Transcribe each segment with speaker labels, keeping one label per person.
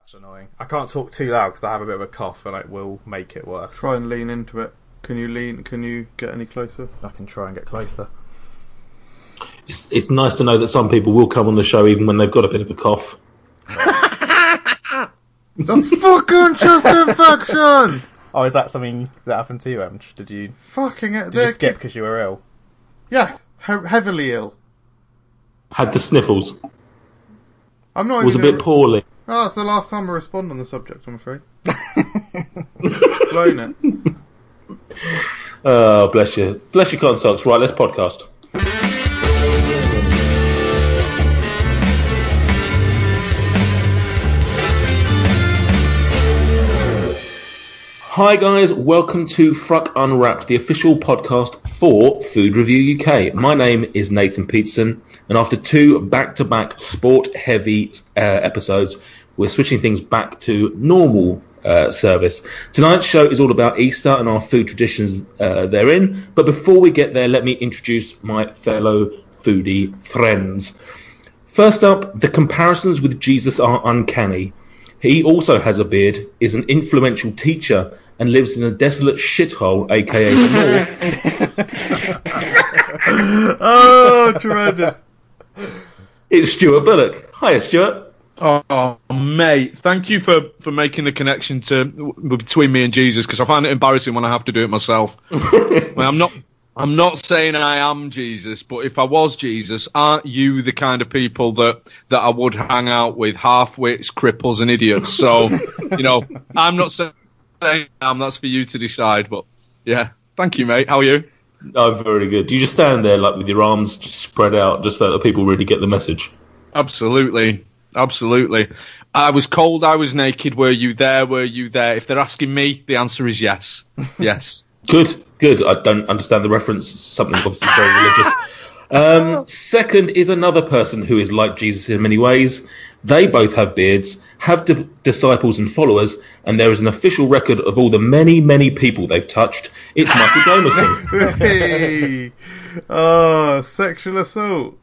Speaker 1: That's annoying. I can't talk too loud because I have a bit of a cough and it will make it worse.
Speaker 2: Try and lean into it. Can you lean? Can you get any closer?
Speaker 1: I can try and get closer.
Speaker 3: It's, it's nice to know that some people will come on the show even when they've got a bit of a cough.
Speaker 2: The fucking chest infection!
Speaker 1: Oh, is that something that happened to you, Em? Did you
Speaker 2: Fucking
Speaker 1: did
Speaker 2: it.
Speaker 1: you
Speaker 2: they're-
Speaker 1: skip because you were ill?
Speaker 2: Yeah, he- heavily ill.
Speaker 3: Had the sniffles.
Speaker 2: I'm not
Speaker 3: Was a
Speaker 2: even.
Speaker 3: bit poorly.
Speaker 2: Oh, it's the last time I respond on the subject, I'm afraid. Blown it.
Speaker 3: Oh, bless you. Bless your cotton socks. Right, let's podcast. Hi, guys. Welcome to Fruck Unwrapped, the official podcast for Food Review UK. My name is Nathan Peterson, and after two back to back sport heavy uh, episodes, we're switching things back to normal uh, service. Tonight's show is all about Easter and our food traditions uh, therein. But before we get there, let me introduce my fellow foodie friends. First up, the comparisons with Jesus are uncanny. He also has a beard, is an influential teacher, and lives in a desolate shithole, aka the North.
Speaker 2: Oh, tremendous.
Speaker 3: It's Stuart Bullock. Hiya, Stuart.
Speaker 4: Oh, mate, thank you for, for making the connection to w- between me and Jesus because I find it embarrassing when I have to do it myself. Well, I'm not I'm not saying I am Jesus, but if I was Jesus, aren't you the kind of people that that I would hang out with half-wits, cripples, and idiots? So, you know, I'm not saying I am. That's for you to decide. But yeah, thank you, mate. How are you?
Speaker 3: Oh, very good. Do you just stand there like with your arms just spread out, just so that people really get the message?
Speaker 4: Absolutely. Absolutely. I was cold, I was naked, were you there, were you there? If they're asking me, the answer is yes. Yes.
Speaker 3: Good, good. I don't understand the reference. Something obviously very religious. Um, second is another person who is like Jesus in many ways. They both have beards, have di- disciples and followers, and there is an official record of all the many, many people they've touched. It's Michael Jameson.
Speaker 2: Hey! Oh, sexual assault.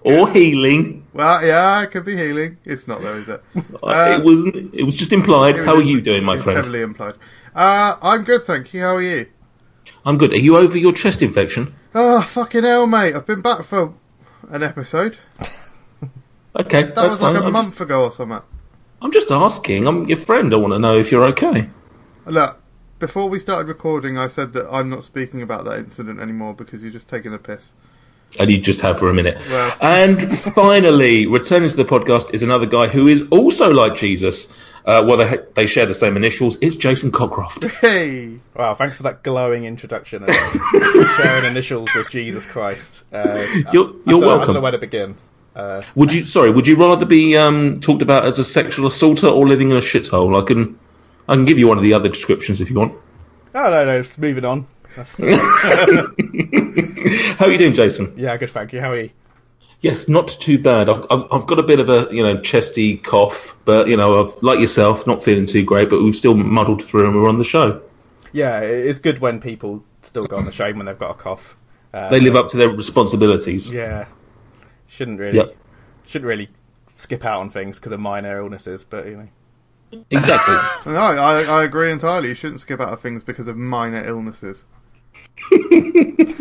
Speaker 3: or healing.
Speaker 2: Well, yeah, it could be healing. It's not, though, is it? Uh,
Speaker 3: it wasn't. It was just implied. How are you doing, my
Speaker 2: it's
Speaker 3: friend?
Speaker 2: heavily implied. Uh, I'm good, thank you. How are you?
Speaker 3: I'm good. Are you over your chest infection?
Speaker 2: Oh, fucking hell, mate. I've been back for an episode.
Speaker 3: Okay,
Speaker 2: That
Speaker 3: that's
Speaker 2: was like
Speaker 3: fine.
Speaker 2: a
Speaker 3: I'm
Speaker 2: month
Speaker 3: Just,
Speaker 2: ago or something.
Speaker 3: I'm just asking. I'm your friend. I want to know if you're okay.
Speaker 2: Look, before we started recording, I said that I'm not speaking about that incident anymore because you're just taking a piss.
Speaker 3: and you just have for a minute.
Speaker 2: Well-
Speaker 3: And finally, returning to the podcast is another guy who is also like Jesus. Uh, well, they, they share the same initials. It's Jason Cockcroft.
Speaker 2: Hey!
Speaker 1: Wow, thanks for that glowing introduction. of Sharing initials with Jesus Christ. Uh,
Speaker 3: You're,
Speaker 1: I don't
Speaker 3: you're
Speaker 1: know- I don't know
Speaker 3: welcome.
Speaker 1: where to begin.
Speaker 3: Would you? Sorry, would you rather be um, talked about as a sexual assaulter or living in a shithole? I can, I can give you one of the other descriptions if you want.
Speaker 1: Oh no, no, just moving on. That's, uh,
Speaker 3: How are you doing, Jason?
Speaker 1: yeah, good. Thank you. How are you?
Speaker 3: Yes, not too bad. I've, I've I've got a bit of a you know chesty cough, but you know I've like yourself, not feeling too great, but we've still muddled through and we're on the show.
Speaker 1: Yeah, it- it's good when people still go on the show when they've got a cough. Uh,
Speaker 3: They live up to their responsibilities.
Speaker 1: Yeah, shouldn't really,
Speaker 3: Yep.
Speaker 1: shouldn't really skip out on things because of minor illnesses. But you know,
Speaker 3: Exactly.
Speaker 2: No, I, I agree entirely. You shouldn't skip out of things because of minor illnesses.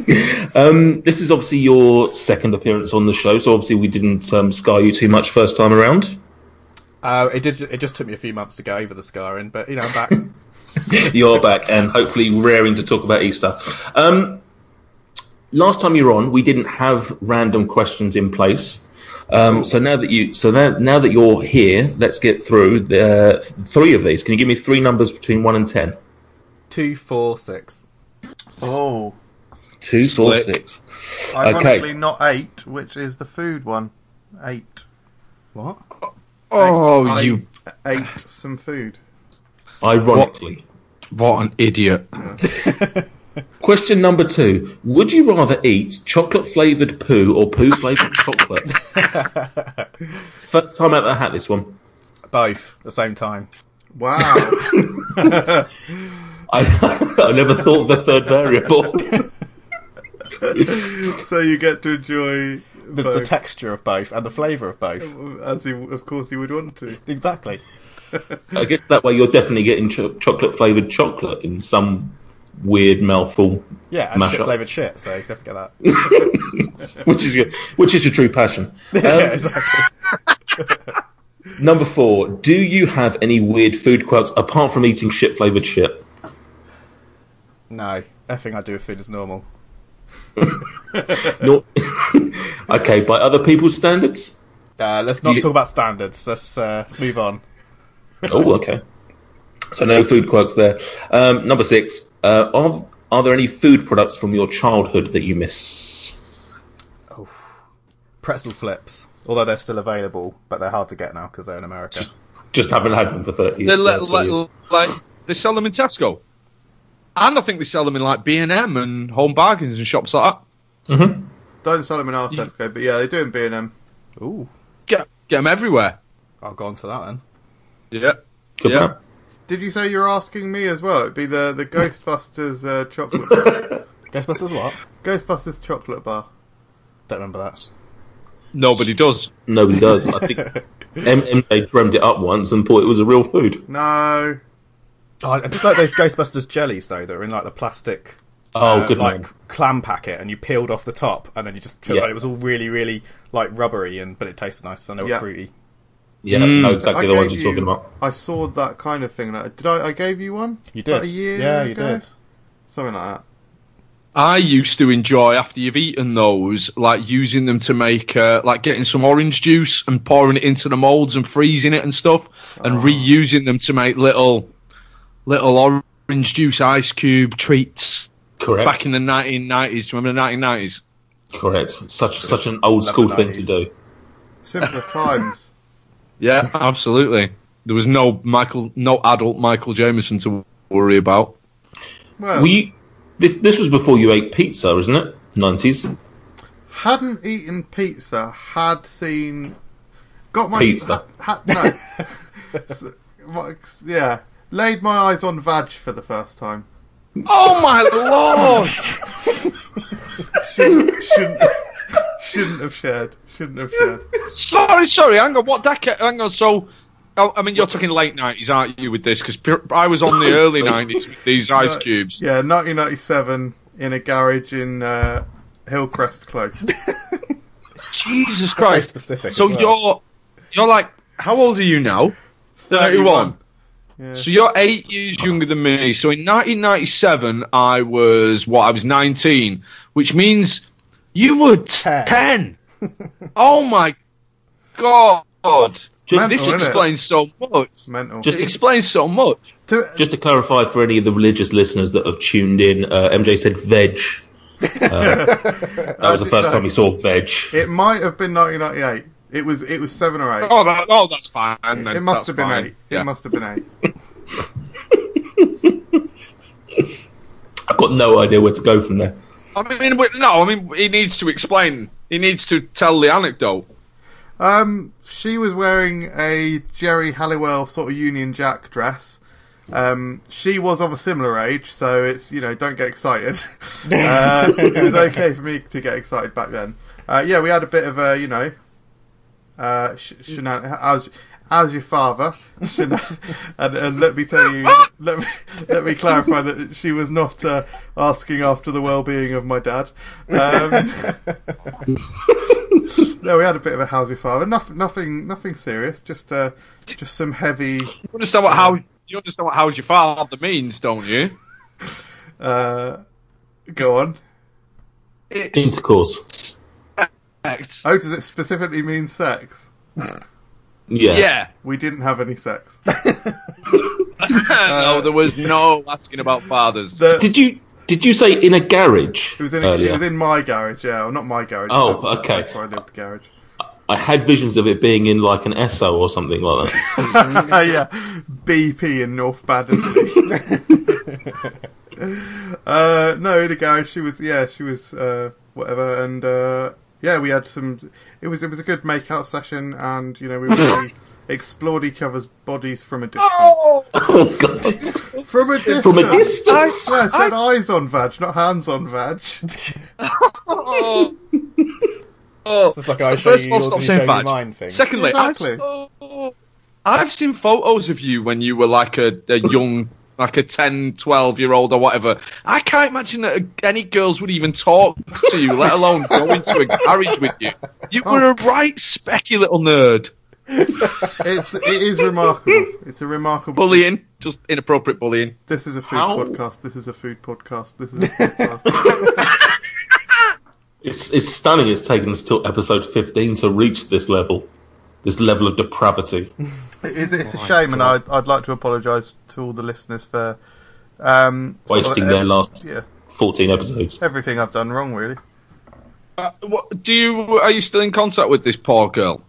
Speaker 3: This is obviously your second appearance on the show, so obviously we didn't um, scar you too much first time around.
Speaker 1: uh, it did. It just took me a few months to get over the scarring, but you know, I'm back.
Speaker 3: You're back and hopefully raring to talk about Easter. Um, last time you were on, we didn't have random questions in place. Um, so now that you, so now, now that you're here, let's get through the uh, three of these. Can you give me three numbers between one and ten?
Speaker 1: Two, four, six.
Speaker 2: Oh.
Speaker 3: Two, four,
Speaker 4: Split.
Speaker 3: six.
Speaker 2: Ironically, not eight, which is the food one. Eight.
Speaker 1: What?
Speaker 4: Oh,
Speaker 2: I
Speaker 4: you
Speaker 2: ate some food.
Speaker 3: Ironically.
Speaker 4: what an idiot!
Speaker 3: Question number two: Would you rather eat chocolate-flavored poo or poo-flavored chocolate? First time out of the hat, this one.
Speaker 1: Both at the same time.
Speaker 2: Wow.
Speaker 3: I, I never thought of the third variable.
Speaker 2: so you get to enjoy
Speaker 1: the, the
Speaker 2: both.
Speaker 1: texture of both Oh. and the flavour of both.
Speaker 2: As he, of course, he would want to.
Speaker 1: Exactly.
Speaker 3: I guess that way you're definitely getting cho- chocolate flavored chocolate in some weird mouthful,
Speaker 1: Yeah, and
Speaker 3: Mash
Speaker 1: shit
Speaker 3: up.
Speaker 1: flavoured shit, so don't forget that.
Speaker 3: which is your which is your true passion.
Speaker 1: yeah,
Speaker 3: Um,
Speaker 1: exactly.
Speaker 3: number four. Do you have any weird food quirks apart from eating shit flavored shit?
Speaker 1: No, everything I do with food is normal.
Speaker 3: Nor- okay, by other people's standards.
Speaker 1: Uh, let's not
Speaker 3: You-
Speaker 1: talk about standards. Let's uh, let's move on.
Speaker 3: Oh, okay. So no food quirks there. Um, number six. Uh, are are there any food products from your childhood that you miss?
Speaker 1: Pretzel flips, although they're still available, but they're hard to get now because they're in America.
Speaker 3: Just haven't had them for thirty.
Speaker 4: They le-
Speaker 3: 30
Speaker 4: le-
Speaker 3: years.
Speaker 4: like they sell them in Tesco, and I think they sell them in like B and M and Home Bargains and shops like that.
Speaker 2: Don't sell them in our Tesco, but yeah, they do in B and M.
Speaker 1: Ooh,
Speaker 4: Get get them everywhere.
Speaker 1: I'll go on to that then.
Speaker 4: Yeah,
Speaker 3: Good
Speaker 4: yeah.
Speaker 3: man.
Speaker 2: Did you say you're asking me as well? It'd be the the Ghostbusters uh, chocolate bar.
Speaker 1: Ghostbusters what?
Speaker 2: Ghostbusters chocolate bar.
Speaker 1: Don't remember that.
Speaker 4: Nobody does.
Speaker 3: Nobody does. I think MMJ dreamed it up once and thought it was a real food.
Speaker 2: No,
Speaker 1: Oh, I just like those Ghostbusters jellies though that are in like the plastic
Speaker 3: Oh,
Speaker 1: uh,
Speaker 3: good
Speaker 1: like
Speaker 3: man.
Speaker 1: clam packet and you peeled off the top and then you just
Speaker 3: Yeah.
Speaker 1: and it was all really really like rubbery and but it tasted nice and they were
Speaker 2: Yeah.
Speaker 1: fruity.
Speaker 3: Yeah,
Speaker 4: Mm.
Speaker 3: no, exactly the
Speaker 2: I
Speaker 3: ones
Speaker 2: gave
Speaker 3: you're talking
Speaker 2: you-
Speaker 3: about.
Speaker 2: I saw that kind of thing. Like, did I? I gave you one.
Speaker 1: You
Speaker 2: About
Speaker 1: did.
Speaker 2: a year
Speaker 1: yeah, you
Speaker 2: ago?
Speaker 1: did.
Speaker 2: Something like that.
Speaker 4: I used to enjoy after you've eaten those, like using them to make, uh, like getting some orange juice and pouring it into the molds and freezing it and stuff, and reusing them to make little, little orange juice ice cube treats.
Speaker 3: Correct.
Speaker 4: Back in the 1990s, do you remember the 1990s?
Speaker 3: Correct. Such such an old school thing to do.
Speaker 2: Simpler times.
Speaker 4: Yeah, absolutely. There was no Michael, no adult Michael Jameson to worry about.
Speaker 2: Well,
Speaker 3: Were you, this this was before you ate pizza, isn't it? Nineties.
Speaker 2: hadn't eaten pizza, had seen, got my
Speaker 3: Pizza.
Speaker 2: Ha, ha, no, S- my- yeah, laid my eyes on vag for the first time.
Speaker 4: Oh my lord!
Speaker 2: Shouldn't, shouldn't, shouldn't have shared. Shouldn't have shared.
Speaker 4: Sorry, sorry. Hang on. What decade? Hang on. So, oh, I mean, you're talking late nineties, aren't you? With this, because I was on the early nineties with these ice cubes.
Speaker 2: Yeah, 1997 in a garage in uh, Hillcrest Close.
Speaker 4: Jesus
Speaker 1: Very
Speaker 4: Christ!
Speaker 1: specific.
Speaker 4: So
Speaker 1: as well.
Speaker 4: you're you're like, how old are you now? Thirty-one.
Speaker 2: Yeah.
Speaker 4: So you're eight years younger than me. So in 1997, I was what? I was 19, which means you were
Speaker 1: Ten.
Speaker 4: 10. oh my god!
Speaker 3: Just
Speaker 4: This
Speaker 2: Mental, innit?
Speaker 4: explains so much.
Speaker 2: Mental.
Speaker 4: It explains so much.
Speaker 2: To-
Speaker 3: just to clarify for any of the religious listeners that have tuned in, uh, MJ said veg. Uh, that was the first time he saw veg.
Speaker 2: it might have been 1998. It was. It was seven or eight.
Speaker 4: Oh, that, oh that's fine. then.
Speaker 2: it must
Speaker 4: That's
Speaker 2: have been
Speaker 4: fine.
Speaker 2: eight.
Speaker 4: Yeah.
Speaker 2: It must have been eight.
Speaker 3: I've got no idea where to go from there.
Speaker 4: I mean, we- no. I mean, he needs to explain. He needs to tell the anecdote.
Speaker 2: Um, she was wearing a Jerry Halliwell sort of Union Jack dress. Um, she was of a similar age, so it's you know don't get excited. uh, it was okay for me to get excited back then. Uh, yeah, we had a bit of a you know, uh, sh- shenan- as as your father, shenan- and, and let me tell you, let me let me clarify that she was not uh, asking after the well-being of my dad. Um, no, we had a bit of a housey fire, but nothing, nothing, nothing serious. Just, uh, just some heavy.
Speaker 4: You understand what how you understand what how's your father means, don't you?
Speaker 2: Uh, go on.
Speaker 4: It's
Speaker 3: Intercourse.
Speaker 4: correct.
Speaker 2: Oh, does it specifically mean sex?
Speaker 3: Yeah.
Speaker 4: Yeah.
Speaker 2: We didn't have any sex.
Speaker 4: no, there was no asking about fathers.
Speaker 2: The-
Speaker 3: Did you did you say in a garage
Speaker 2: it was in
Speaker 3: earlier?
Speaker 2: it was in my garage. Yeah, well, not my garage.
Speaker 3: Oh,
Speaker 2: but uh,
Speaker 3: okay.
Speaker 2: That's where I lived. Garage.
Speaker 3: I had visions of it being in like an ESO or something like that.
Speaker 2: yeah, BP in North Battersea. uh, no, in the garage she was. Yeah, she was uh, whatever, and uh, yeah, we had some. It was it was a good makeout session, and you know we, we explored each other's bodies from a distance.
Speaker 4: Oh,
Speaker 3: oh god!
Speaker 2: from a distance.
Speaker 3: From a distance.
Speaker 2: Yeah, it said eyes on vag, not hands on vag.
Speaker 4: oh.
Speaker 1: It's like I show
Speaker 4: First
Speaker 1: you
Speaker 4: of all,
Speaker 1: yours
Speaker 4: stop
Speaker 1: and you
Speaker 4: saying
Speaker 1: show me
Speaker 4: badge.
Speaker 1: mine thing.
Speaker 4: Secondly,
Speaker 2: Exactly.
Speaker 4: I've, saw- I've seen photos of you when you were like a, a young, like a 10, 12 year old or whatever. I can't imagine that any girls would even talk to you, let alone go into a garage with you. You were a right specky little nerd.
Speaker 2: It's it is remarkable. It's a remarkable.
Speaker 4: Bullying, just inappropriate bullying.
Speaker 2: This is a food
Speaker 3: How?
Speaker 2: podcast. This is a food podcast. This is a podcast.
Speaker 3: It's, it's stunning. It's taken us till episode 15 to reach this level, this level of depravity.
Speaker 2: it is, it's a shame, and I'd, I'd like to apologise to all the listeners for um, sort of
Speaker 3: Wasting
Speaker 2: ev-
Speaker 3: their last
Speaker 2: yeah
Speaker 3: 14 episodes.
Speaker 2: everything I've done wrong. Really,
Speaker 4: Uh, what, do you? Are you still in contact with this poor girl?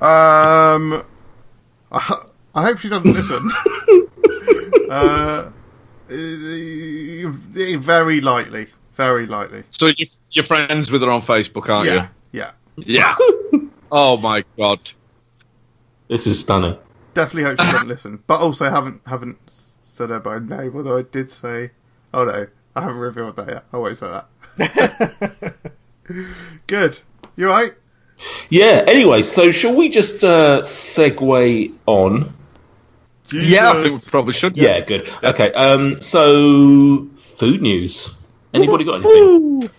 Speaker 2: um, I, ho- I hope she doesn't listen. uh, eh, eh, very lightly, very lightly.
Speaker 4: So you, you're friends with her on Facebook, aren't
Speaker 2: Yeah, yeah.
Speaker 4: you? Yeah. oh my god.
Speaker 3: This is stunning.
Speaker 2: Definitely hope she doesn't listen. But also haven't haven't said her by name, although I did say oh no, I haven't revealed that yet. I won't say that. Good. You alright?
Speaker 3: Yeah, anyway, so shall we just uh, segue on?
Speaker 4: Yeah, I think we probably should.
Speaker 3: Yeah, good. Okay, um, so food news. Anybody got anything?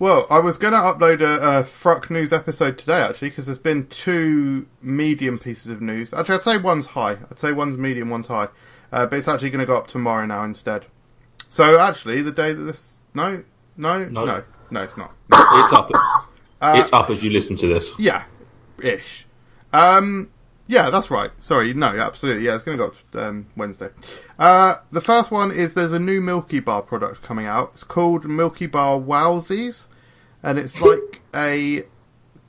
Speaker 2: Well, I was going to upload a, a Fruck News episode today, actually, because there's been two medium pieces of news. Actually, I'd say one's high. I'd say one's medium, one's high. Uh, but it's actually going to go up tomorrow now instead. So, actually, the day that this. No, no, no,
Speaker 3: No.
Speaker 2: no, it's not.
Speaker 3: It's up. it's up as you listen to this.
Speaker 2: Yeah, ish. Um, yeah, that's right. Sorry, no, absolutely. Yeah, it's going to go up um, Wednesday. Uh, the first one is there's a new Milky Bar product coming out. It's called Milky Bar Wowsies, and it's like a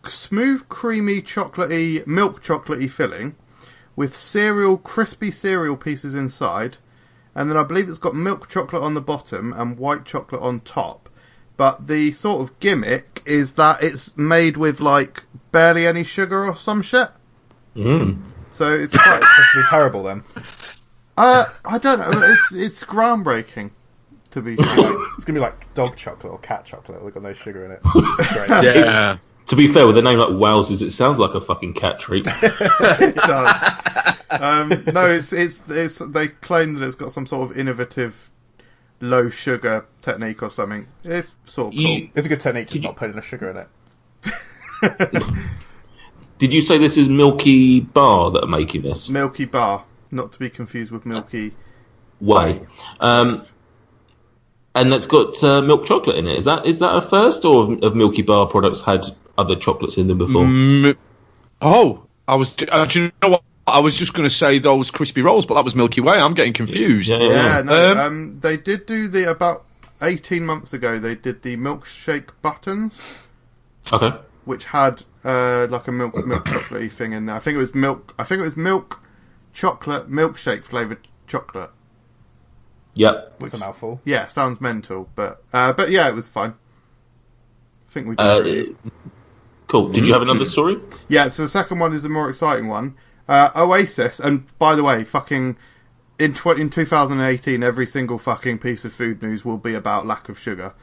Speaker 2: smooth, creamy, chocolatey, milk chocolatey filling with cereal, crispy cereal pieces inside, and then I believe it's got milk chocolate on the bottom and white chocolate on top. But the sort of gimmick is that it's made with like barely any sugar or some shit.
Speaker 3: Mm.
Speaker 2: So it's quite.
Speaker 1: It's supposed to be terrible then.
Speaker 2: uh, I don't know. It's it's groundbreaking, to be frank.
Speaker 1: It's gonna be like dog chocolate or cat chocolate. They've got no sugar in it. It's great.
Speaker 4: Yeah.
Speaker 3: To be fair, with a name like Wowzers, it sounds like a fucking cat treat.
Speaker 2: It does. Um, no, it's it's it's. They claim that it's got some sort of innovative low sugar technique or something. It's sort of cool.
Speaker 3: You-
Speaker 1: It's a good technique, just not putting enough sugar in it.
Speaker 3: did you say this is Milky Bar that are making this?
Speaker 2: Milky Bar, not to be confused with Milky.
Speaker 3: Way. Um, and that's got uh, milk chocolate in it. Is that is that a first, or have, have Milky Bar products had other chocolates in them before?
Speaker 4: Mm, oh, I was. Uh, do you know what? I was just going to say those crispy rolls, but that was Milky Way. I'm getting confused.
Speaker 3: Yeah,
Speaker 2: Yeah,
Speaker 3: yeah.
Speaker 2: no, um,
Speaker 4: Um,
Speaker 2: they did do the about eighteen months ago. They did the milkshake buttons,
Speaker 3: Okay.
Speaker 2: which had uh, like a milk milk chocolatey thing in there. I think it was milk. I think it was milk chocolate milkshake flavored chocolate.
Speaker 3: Yep.
Speaker 1: It's a mouthful.
Speaker 2: Yeah, sounds mental, but uh, but yeah, it was fine. I think we did.
Speaker 3: Uh,
Speaker 2: really.
Speaker 3: cool. Did you have
Speaker 4: Mm.
Speaker 3: another story?
Speaker 2: Yeah, so the second one is the more exciting one. Uh, Oasis, and by the way, fucking in tw- in 2018, every single fucking piece of food news will be about lack of sugar,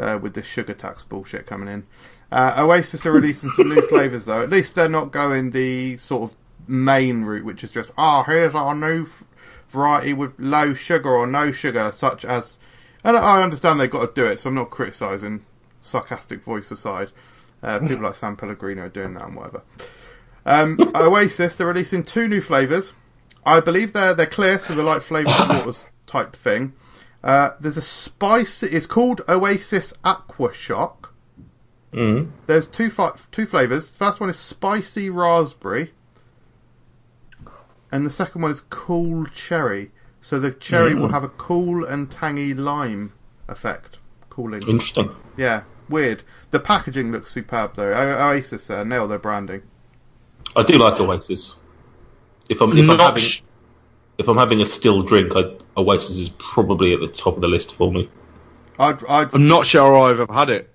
Speaker 2: uh, with this sugar tax bullshit coming in. Uh, Oasis are releasing some new flavors though. At least they're not going the sort of main route, which is just ah, here's our new f- variety with low sugar or no sugar, such as. And I understand they've got to do it, so I'm not criticising. Sarcastic voice aside, uh, people like San Pellegrino are doing that and whatever. Um, Oasis, they're releasing two new flavours. I believe they're they're clear, so they're like flavoured waters type thing. Uh, there's a spice. It's called Oasis Aqua Shock.
Speaker 3: Mm.
Speaker 2: There's two fi- two flavours. The first one is spicy raspberry, and the second one is cool cherry. So the cherry will have a cool and tangy lime effect. Cooling.
Speaker 3: Interesting.
Speaker 2: Yeah, weird. The packaging looks superb though. O- Oasis uh, nail their branding.
Speaker 3: I do like Oasis. If I'm if I'm
Speaker 4: Not
Speaker 3: having
Speaker 4: sh-
Speaker 3: if I'm having a still drink, I, Oasis is probably at the top of the list for me.
Speaker 2: I'd, I'd
Speaker 4: I'm not sure I've ever had it.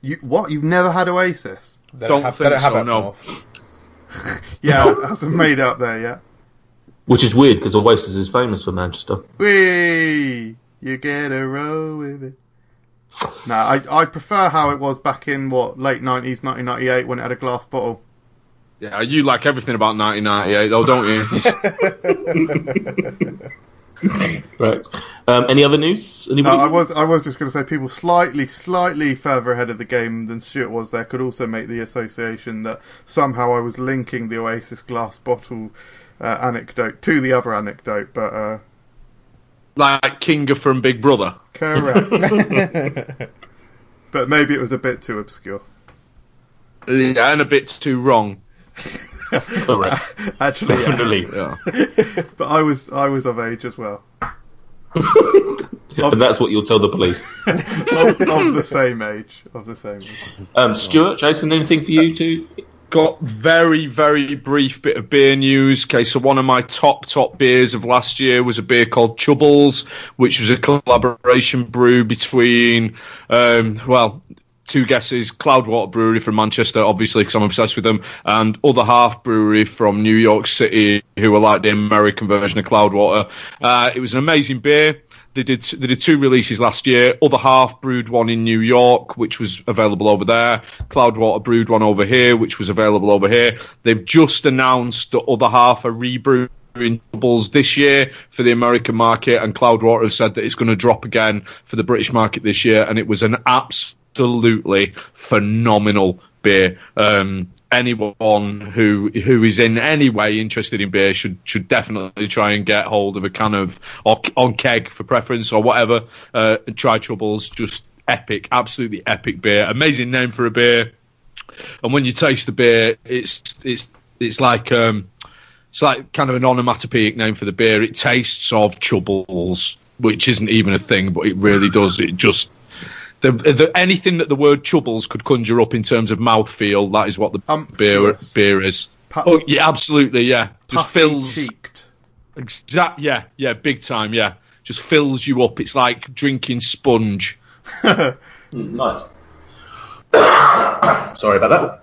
Speaker 2: You what? You've never had Oasis?
Speaker 1: They
Speaker 4: Don't
Speaker 1: have,
Speaker 4: think
Speaker 1: they don't have
Speaker 4: so,
Speaker 1: up
Speaker 4: no.
Speaker 1: north.
Speaker 2: Yeah, that's a made up there. Yeah.
Speaker 3: Which is weird because Oasis is famous for Manchester.
Speaker 2: Wee, you get a row with it. No, I, I prefer how it was back in what late nineties, nineteen ninety eight, when it had a glass bottle.
Speaker 4: Yeah, you like everything about 1998, though, don't you?
Speaker 3: Right. Um, any other news?
Speaker 2: No,
Speaker 4: Uh,
Speaker 3: Anybody?
Speaker 2: Uh, I was I was just going to say people slightly slightly further ahead of the game than Stuart was. There could also make the association that somehow I was linking the Oasis glass bottle uh, anecdote to the other anecdote, but uh,
Speaker 4: like Kinga from Big Brother.
Speaker 2: correct. but maybe it was a bit too obscure.
Speaker 4: Yeah, and a bit too wrong.
Speaker 3: Correct.
Speaker 2: Actually, yeah.
Speaker 3: Definitely.
Speaker 4: Yeah.
Speaker 2: but I was I was of age as well,
Speaker 3: and that's what you'll tell the police.
Speaker 2: of, of the same age, of the same. Age.
Speaker 3: Um, Stuart, Jason, anything for you to?
Speaker 4: Got very, very brief bit of beer news. Okay, so one of my top, top beers of last year was a beer called Chubbles, which was a collaboration brew between, um, well, two guesses Cloudwater Brewery from Manchester, obviously, because I'm obsessed with them, and Other Half Brewery from New York City, who are like the American version of Cloudwater. Uh, it was an amazing beer. They did they did two releases last year. Other half brewed one in New York, which was available over there. Cloudwater brewed one over here, which was available over here. They've just announced the other half a rebrew in doubles this year for the American market, and Cloudwater have said that it's going to drop again for the British market this year. And it was an absolutely phenomenal beer. Um, anyone who who is in any way interested in beer should should definitely try and get hold of a can of or on keg for preference or whatever. Uh, and try Troubles, just epic, absolutely epic beer. Amazing name for a beer. And when you taste the beer, it's it's it's like um, it's like kind of an onomatopoeic name for the beer. It tastes of Troubles, which isn't even a thing, but it really does. It just the, the, anything that the word chubbles could conjure up in terms of mouthfeel, that is what the beer
Speaker 2: Umptuous.
Speaker 4: beer is.
Speaker 2: Pu-
Speaker 4: oh yeah, absolutely, yeah. Just
Speaker 2: Puffy
Speaker 4: fills
Speaker 2: cheeked.
Speaker 4: exact, yeah, yeah, big time, yeah. Just fills you up. It's like drinking sponge.
Speaker 3: Nice. Sorry about that.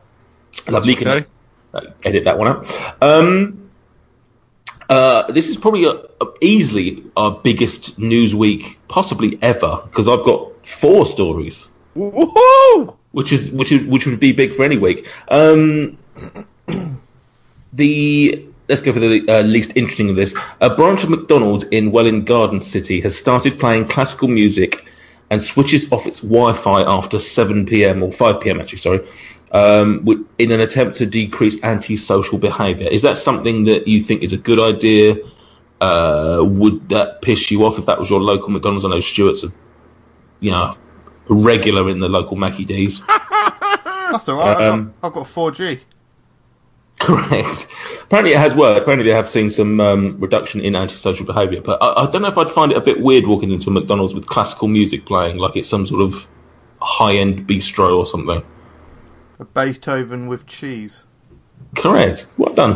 Speaker 3: Lovely. Can
Speaker 4: Okay.
Speaker 3: edit that one out. Um, uh, this is probably a, a- easily our biggest news week possibly ever because I've got four stories,
Speaker 4: Woohoo!
Speaker 3: which is which is which would be big for any week. Um, the let's go for the uh, least interesting of this. A branch of McDonald's in Welland Garden City has started playing classical music and switches off its Wi-Fi after 7 p.m. or 5 p.m. actually, sorry, um, wi- in an attempt to decrease antisocial behaviour. Is that something that you think is a good idea? Uh, would that piss you off if that was your local McDonald's? I know Stuart's a, you know, a regular in the local Mackie D's.
Speaker 2: That's all right.
Speaker 3: Um,
Speaker 2: I've, got, I've got 4G.
Speaker 3: Correct. Apparently, it has worked. Apparently, they have seen some um, reduction in antisocial behaviour. But I, I don't know if I'd find it a bit weird walking into a McDonald's with classical music playing, like it's some sort of high-end bistro or something.
Speaker 2: A Beethoven with cheese.
Speaker 3: Correct. Well done.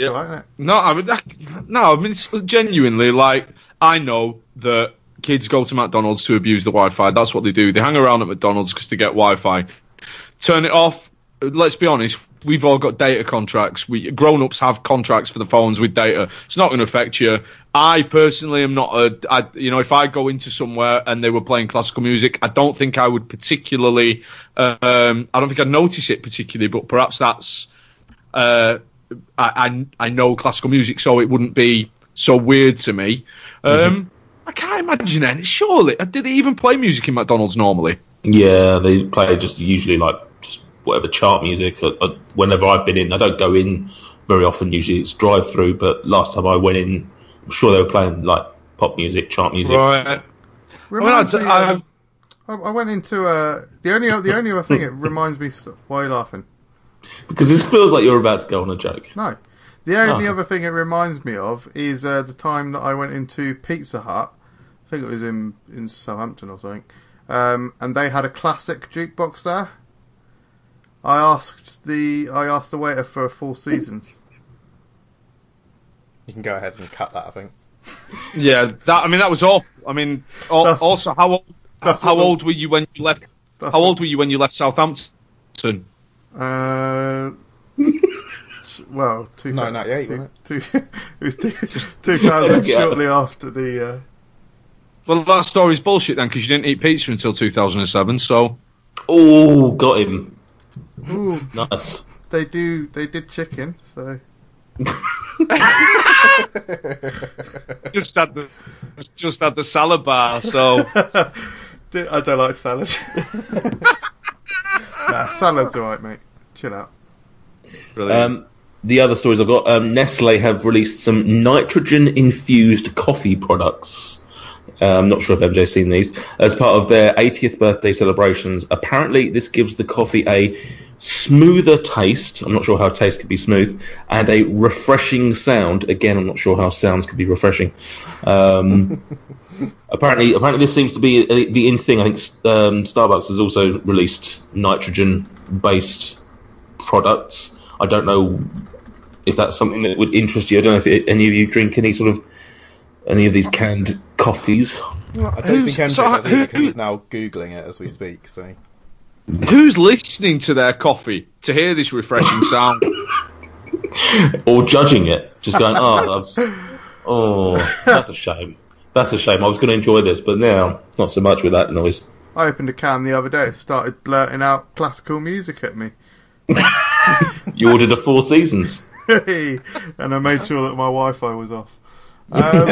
Speaker 2: All right, innit?
Speaker 4: No, I mean, that, no, I mean, it's genuinely, like, I know that kids go to McDonald's to abuse the Wi Fi. That's what they do. They hang around at McDonald's because they get Wi Fi. Turn it off. Let's be honest. We've all got data contracts. We grown ups have contracts for the phones with data. It's not going to affect you. I personally am not a. I, you know, if I go into somewhere and they were playing classical music, I don't think I would particularly. Um, I don't think I'd notice it particularly, but perhaps that's uh, I, I I know classical music, so it wouldn't be so weird to me. Um, I can't imagine any. Surely, uh, did they even play music in McDonald's normally?
Speaker 3: Yeah, they play just usually like just whatever chart music. Uh, uh, whenever I've been in, I don't go in very often. Usually, it's drive-through. But last time I went in, I'm sure they were playing like pop music, chart music.
Speaker 4: Right. Oh, I mean,
Speaker 2: Reminds
Speaker 4: I'd,
Speaker 2: me, um,
Speaker 4: I,
Speaker 2: I, I went into uh, the only the only other thing it reminds me. Why are you laughing?
Speaker 3: Because this feels like you're about to go on a joke.
Speaker 2: No, the only
Speaker 3: No.
Speaker 2: other thing it reminds me of is uh, the time that I went into Pizza Hut. I think it was in in Southampton or something, um, and they had a classic jukebox there. I asked the I asked the waiter for Four Seasons.
Speaker 1: You can go ahead and cut that, I think.
Speaker 4: yeah, that. I mean, that was all. I mean, al-
Speaker 2: That's-
Speaker 4: also, how old?
Speaker 2: that's
Speaker 4: How
Speaker 2: what the-
Speaker 4: old were you when you left?
Speaker 2: That's
Speaker 4: How
Speaker 2: what-
Speaker 4: old were you when you left Southampton?
Speaker 2: Uh, well, two
Speaker 1: No, 98, wasn't
Speaker 2: two- it was two, 2000
Speaker 3: Yeah.
Speaker 2: shortly after the. Uh,
Speaker 4: Well, that story's bullshit then, because you didn't eat pizza until 2007. So
Speaker 3: Oh, got him.
Speaker 2: Ooh,
Speaker 3: Nice.
Speaker 2: they do. They did chicken. So
Speaker 4: just had the just had the salad bar. So
Speaker 2: Di- I don't like salad. nah, salad's alright, mate. Chill out.
Speaker 3: Um, the other stories I've got um, Nestle have released some nitrogen infused coffee products. Uh, I'm not sure if MJ's seen these. As part of their 80th birthday celebrations, apparently this gives the coffee a smoother taste. I'm not sure how taste could be smooth. And a refreshing sound. Again, I'm not sure how sounds could be refreshing. Um, apparently, apparently this seems to be uh, the in thing. I think um, Starbucks has also released nitrogen based products. I don't know if that's something that would interest you. I don't know if it, any of you drink any sort of any of these canned coffees.
Speaker 1: I don't
Speaker 4: Who's-
Speaker 1: think MJ
Speaker 4: so-
Speaker 1: does either because
Speaker 4: who-
Speaker 1: he's now googling it as we speak. So
Speaker 4: who's listening to their coffee to hear this refreshing sound?
Speaker 3: or judging it, just going, "Oh, that's, oh, that's a shame. That's a shame. I was going to enjoy this, but now not so much with that noise."
Speaker 2: I opened a can the other day. It started blurting out classical music at me.
Speaker 3: You ordered a Four Seasons.
Speaker 2: and I made sure that my Wi-Fi was off. Um,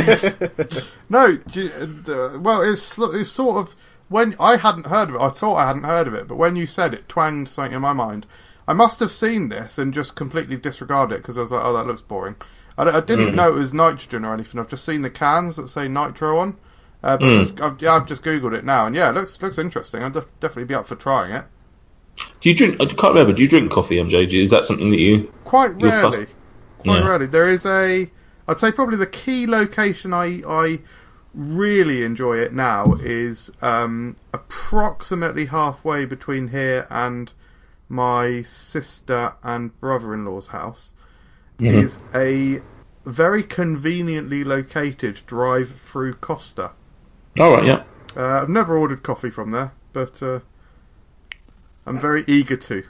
Speaker 2: no, do you- uh, well, it's sl- it's sort of when I hadn't heard of it. I thought I hadn't heard of it, but when you said it, twanged something in my mind. I must have seen this and just completely disregarded it because I was like, "Oh, that looks boring." I, d- I didn't know it was nitrogen or anything. I've just seen the cans that say nitro on. Uh, but just, I've, yeah, I've just googled it now, and yeah, it looks looks interesting. I'd def- definitely be up for trying it.
Speaker 3: Do you drink? I can't remember. Do you drink coffee, MJ? Do- Is that something that you?
Speaker 2: Quite
Speaker 3: Your bus-
Speaker 2: rarely. Quite
Speaker 3: Yeah.
Speaker 2: rarely. There is a. I'd say probably the key location I I really enjoy it now is um, approximately halfway between here and my sister and brother-in-law's house. Is a very conveniently located drive-through Costa.
Speaker 3: All right, yeah.
Speaker 2: Uh, I've never ordered coffee from there, but uh, I'm very eager to.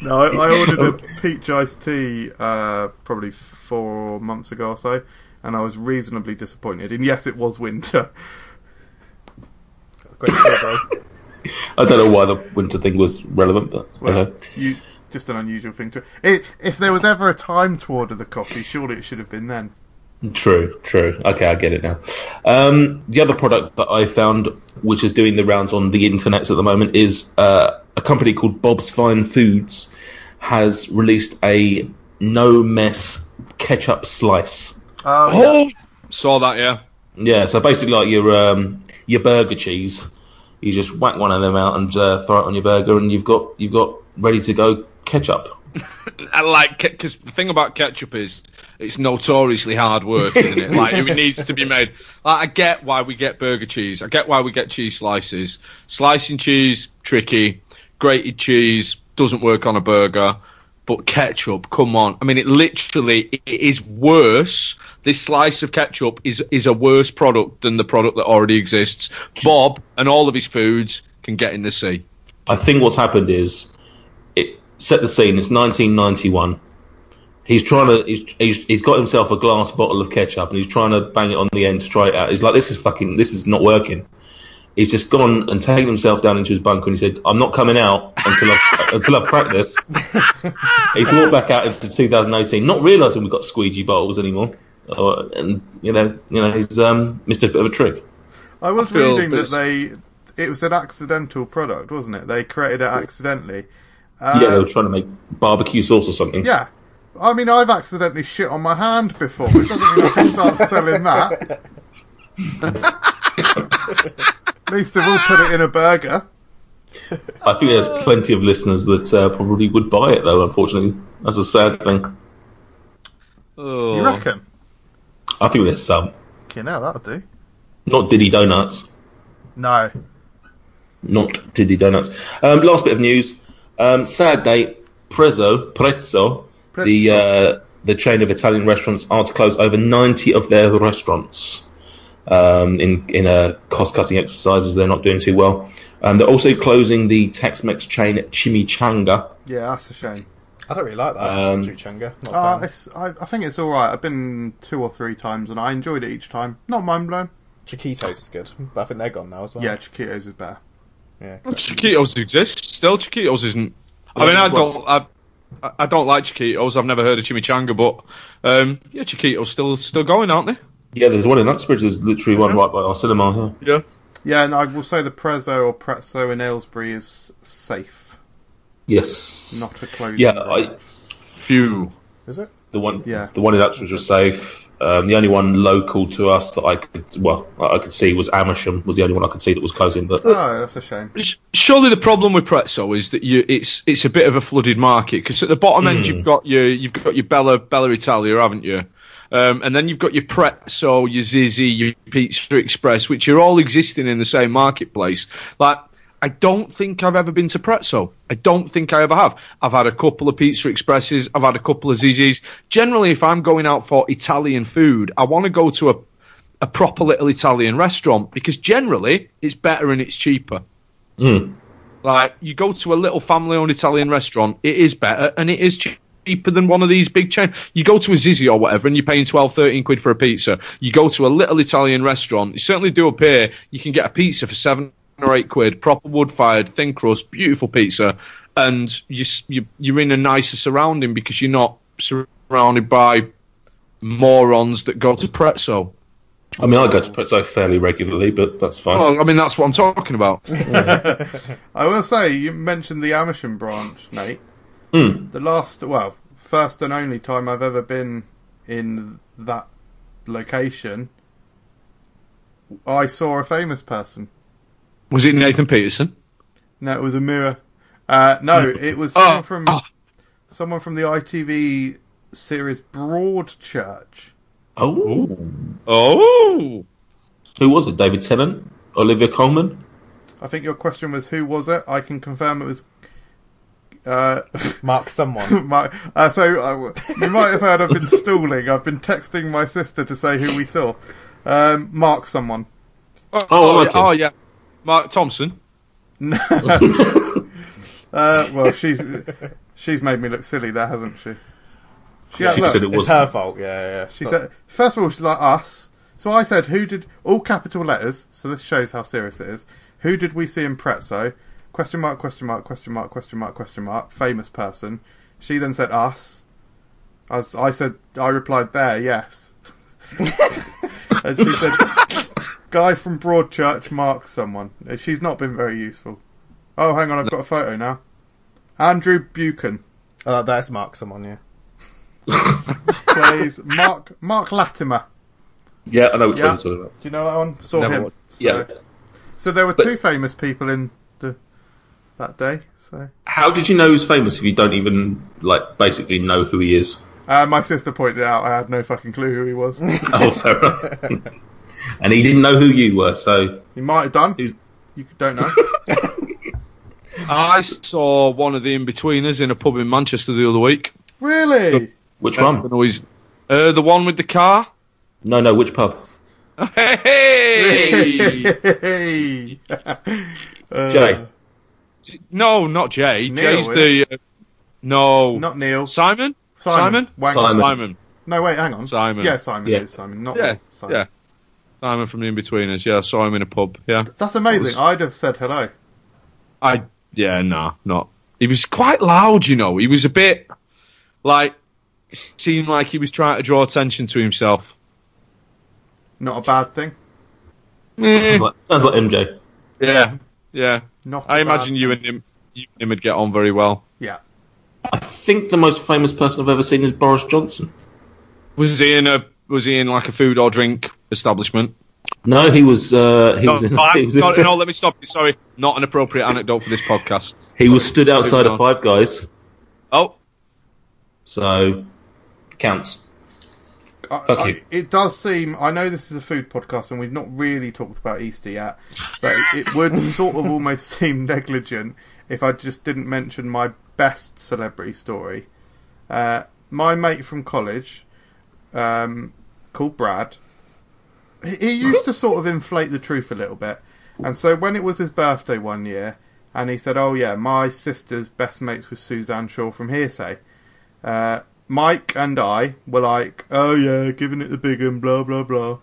Speaker 2: No, I, I ordered a peach iced tea uh, probably four months ago or so, and I was reasonably disappointed. And yes, it was winter.
Speaker 1: great show, bro.
Speaker 3: I don't know why the winter thing was relevant, but
Speaker 4: Uh-huh.
Speaker 3: uh-huh.
Speaker 2: Well,
Speaker 3: okay.
Speaker 2: you just an unusual thing to. It, if there was ever a time to order the coffee, surely it should have been then.
Speaker 3: True, true. Okay, I get it now. Um, the other product that I found, which is doing the rounds on the internets at the moment, is uh, a company called Bob's Fine Foods has released a no mess ketchup slice.
Speaker 2: Oh,
Speaker 4: oh, saw that. Yeah,
Speaker 3: Yeah, so basically like your um, your burger cheese, you just whack one of them out and uh, throw it on your burger, and you've got you've got ready to go ketchup.
Speaker 4: I like because the thing about ketchup is it's notoriously hard work, isn't it? Like it needs to be made. Like, I get why we get burger cheese. I get why we get cheese slices. Slicing cheese tricky. Grated cheese doesn't work on a burger. But ketchup, come on! I mean, it literally it is worse. This slice of ketchup is is a worse product than the product that already exists. Bob and all of his foods can get in the sea.
Speaker 3: I think what's happened is it set the scene. It's 1991. He's trying to. He's, he's he's got himself a glass bottle of ketchup and he's trying to bang it on the end to try it out. He's like, this is fucking. This is not working. He's just gone and taken himself down into his bunker and he said, I'm not coming out until I've, until I've cracked this. he's walked back out into 2018, not realizing we've got squeegee bottles anymore. Or, and you know, you know, he's um, missed a bit of a trick.
Speaker 2: I was
Speaker 4: feel
Speaker 2: reading that
Speaker 4: this-
Speaker 2: they. It was an accidental product, wasn't it? They created it accidentally. Uh,
Speaker 3: yeah, they were trying to make barbecue sauce or something.
Speaker 2: Yeah. I mean, I've accidentally shit on my hand before. It doesn't mean I can start selling that. At least they've all put it in a burger.
Speaker 3: I think there's plenty of listeners that uh, probably would buy it, though. Unfortunately, that's a sad thing.
Speaker 4: Oh.
Speaker 2: You reckon?
Speaker 3: I think there's some.
Speaker 2: Okay, now that'll do.
Speaker 3: Not Diddy Donuts.
Speaker 2: No.
Speaker 3: Not Diddy Donuts. Um, last bit of news. Um, sad day. Prezzo, Prezzo, the uh, the chain of Italian restaurants are to close over 90 of their restaurants um, in in a cost cutting exercise as they're not doing too well. Um, they're also closing the Tex Mex chain Chimichanga.
Speaker 2: Yeah, that's a shame.
Speaker 1: I don't really like that.
Speaker 3: Um,
Speaker 1: Chimichanga. Not a
Speaker 2: Uh,
Speaker 1: fan.
Speaker 2: it's, I, I think it's all right. I've been two or three times, and I enjoyed it each time. Not mind blown.
Speaker 1: Chiquitos is good, but I think they're gone now as well.
Speaker 2: Yeah, Chiquitos is better.
Speaker 1: yeah.
Speaker 4: Chiquitos exists still. Chiquitos isn't. I
Speaker 3: Yeah,
Speaker 4: mean, I
Speaker 3: well-
Speaker 4: don't. I, I- I don't like Chiquitos. I've never heard of chimichanga, but um, yeah, Chiquitos still still going, aren't they?
Speaker 3: Yeah, there's one in Uxbridge. There's literally one right by our cinema here.
Speaker 4: Yeah.
Speaker 2: Yeah, and I will say the Prezzo or Prezzo in Aylesbury is safe,
Speaker 3: Yes.
Speaker 2: not a closing.
Speaker 3: yeah,
Speaker 2: branch.
Speaker 3: I,
Speaker 4: Phew.
Speaker 1: Is it?
Speaker 3: the one.
Speaker 2: Yeah.
Speaker 3: The one in Uxbridge was safe. Um, the only one local to us that I could, well, I could see was Amersham. Was the only one I could see that was closing. But
Speaker 2: Oh, that's a shame.
Speaker 4: Sh- Surely the problem with Prezzo is that you it's it's a bit of a flooded market because at the bottom end you've got your you've got your Bella Bella Italia, haven't you? Um, and then you've got your Prezzo, your Zizzy, your Pizza Express, which are all existing in the same marketplace. Like I don't think I've ever been to Prezzo. I don't think I ever have. I've had a couple of Pizza Expresses. I've had a couple of Zizzies. Generally, if I'm going out for Italian food, I want to go to a a proper little Italian restaurant because generally it's better and it's cheaper. Like you go to a little family-owned Italian restaurant, it is better and it is cheaper than one of these big chains. You go to a Zizzy or whatever, and you're paying 12, 13 quid for a pizza. You go to a little Italian restaurant. You certainly do up here. You can get a pizza for seven or eight quid, proper wood-fired, thin crust, beautiful pizza, and you, s- you you're in a nicer surrounding because you're not surrounded by morons that go to Prezzo.
Speaker 3: I mean, I go to Prezzo fairly regularly, but that's fine.
Speaker 4: Well, Oh, I mean that's what I'm talking about.
Speaker 2: I will say you mentioned the Amersham branch, mate. The last, well, first and only time I've ever been in that location, I saw a famous person.
Speaker 4: Was it Nathan Peterson?
Speaker 2: No, it was a mirror. Uh, no, it was someone from someone from the ITV series Broadchurch.
Speaker 3: Oh,
Speaker 4: Oh.
Speaker 3: who was it? David Tennant, Olivia Coleman.
Speaker 2: I think your question was who was it? I can confirm it was. Uh,
Speaker 1: Mark someone.
Speaker 2: my, uh, so I, you might have heard I've been stalling. I've been texting my sister to say who we saw. Um, mark someone.
Speaker 4: Oh,
Speaker 3: Oh,
Speaker 4: yeah,
Speaker 3: okay.
Speaker 4: oh, yeah. Mark Thompson.
Speaker 2: Uh, well, she's she's made me look silly there, hasn't she? She,
Speaker 3: she
Speaker 2: look,
Speaker 3: said it
Speaker 1: it's
Speaker 3: was.
Speaker 1: her fault. Yeah, yeah. yeah.
Speaker 2: She
Speaker 1: But-
Speaker 2: said, first of all, she's like us. So I said, who did all capital letters? So this shows how serious it is. Who did we see in Prezzo? Question mark, question mark, question mark, question mark, question mark. Famous person. She then said us. As I said, I replied there, yes. and she said, guy from Broadchurch, mark someone. She's not been very useful. Oh, hang on, I've got a photo now. Andrew Buchan
Speaker 1: uh, "That's Mark someone." Yeah.
Speaker 2: plays Mark Mark Latimer.
Speaker 3: Yeah, I know which
Speaker 2: Yeah.
Speaker 3: one you're talking about.
Speaker 2: Do you know that one? Saw
Speaker 4: Never
Speaker 2: him.
Speaker 4: watched-
Speaker 2: So-
Speaker 3: Yeah.
Speaker 2: So there were two famous people in the that day. So
Speaker 3: How did you know he's famous if you don't even like basically know who he is?
Speaker 2: uh, my sister pointed out I had no fucking clue who he was.
Speaker 3: Oh, fair enough. and he didn't know who you were, so
Speaker 2: he might have done.
Speaker 3: Who's-
Speaker 2: You don't know.
Speaker 4: I saw one of the in-betweeners in a pub in Manchester the other week.
Speaker 2: really?
Speaker 3: which
Speaker 4: I don't
Speaker 3: one?
Speaker 4: know his- Uh, the one with the car.
Speaker 3: No, no, which pub?
Speaker 4: Hey!
Speaker 2: Hey. Uh,
Speaker 3: Jay.
Speaker 4: no, not Jay.
Speaker 2: Neil,
Speaker 4: Jay's
Speaker 2: isn't
Speaker 4: the... Uh, no.
Speaker 2: Not Neil.
Speaker 4: Simon?
Speaker 2: Simon. Wang-
Speaker 3: Simon.
Speaker 4: Simon.
Speaker 2: No, wait, hang on.
Speaker 4: Simon.
Speaker 2: Yeah, Simon
Speaker 3: Yeah.
Speaker 2: is Simon. Not
Speaker 4: Yeah,
Speaker 2: Simon.
Speaker 4: yeah. Simon from the in-betweeners. Yeah, I saw him in a pub. Yeah.
Speaker 2: That's amazing. I'd have said hello.
Speaker 4: I yeah, nah, not. He was quite loud, you know. He was a bit like seemed like he was trying to draw attention to himself.
Speaker 2: Not a bad thing.
Speaker 3: Sounds like, sounds like MJ.
Speaker 4: Yeah, yeah.
Speaker 2: Not. I
Speaker 4: I imagine you and him, you and him would get on very well.
Speaker 2: Yeah.
Speaker 3: I think the most famous person I've ever seen is Boris Johnson.
Speaker 4: Was he in a was he in like a food or drink establishment?
Speaker 3: No, he was. Uh, he
Speaker 4: No,
Speaker 3: was. In,
Speaker 4: no,
Speaker 3: he,
Speaker 4: I-
Speaker 3: was
Speaker 4: sorry,
Speaker 3: in-
Speaker 4: no, let me stop you. Sorry, not an appropriate anecdote for this podcast.
Speaker 3: he was stood outside of
Speaker 4: Moving
Speaker 3: Five Guys,
Speaker 4: Oh,
Speaker 3: so counts.
Speaker 2: I,
Speaker 3: Fuck
Speaker 2: I-
Speaker 3: you.
Speaker 2: It does seem. I know this is a food podcast, and we've not really talked about Easter yet, but it, it would sort of almost seem negligent if I just didn't mention my best celebrity story. Uh, my mate from college, um, called Brad, he, he used to sort of inflate the truth a little bit, and so when it was his birthday one year, and he said, "Oh yeah, my sister's best mates with Suzanne Shaw from Hearsay," Uh, Mike and I were like, "Oh yeah, giving it the big and blah blah blah,"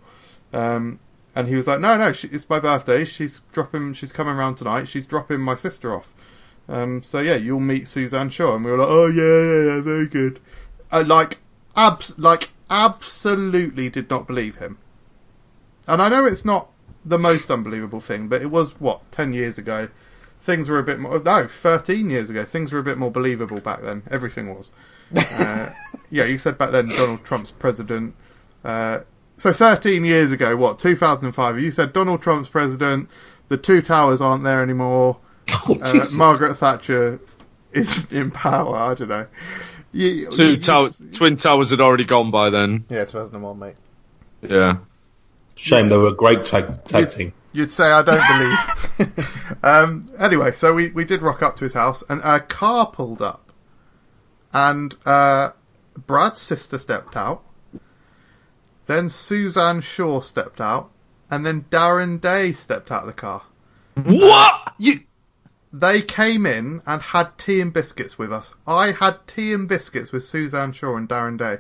Speaker 2: um, and he was like, "No, no, she, it's my birthday. She's dropping. She's coming round tonight. She's dropping my sister off." Um, so yeah, you'll meet Suzanne Shaw, and we were like, "Oh yeah, yeah, yeah, very good." I like, abs- like absolutely did not believe him. And I know it's not the most unbelievable thing, but it was what ten years ago. Things were a bit more. No, thirteen years ago. Things were a bit more believable back then. Everything was. Uh, yeah, you said back then Donald Trump's president. Uh, so thirteen years ago, what two thousand and five? You said Donald Trump's president. The two towers aren't there anymore.
Speaker 3: Oh,
Speaker 2: Uh,
Speaker 3: Jesus.
Speaker 2: Margaret Thatcher is in power. I don't know. You-
Speaker 4: Two
Speaker 2: you-
Speaker 4: tow- twin towers had already gone by then.
Speaker 1: Yeah, 2001, mate.
Speaker 4: Yeah.
Speaker 3: Shame they were a great tag, tag
Speaker 2: You'd-
Speaker 3: team.
Speaker 2: You'd say I don't believe. um, anyway, so we, we did rock up to his house, and a car pulled up, and uh, Brad's sister stepped out, then Suzanne Shaw stepped out, and then Darren Day stepped out of the car.
Speaker 4: What? You
Speaker 2: They came in and had tea and biscuits with us. I had tea and biscuits with Suzanne Shaw and Darren Day.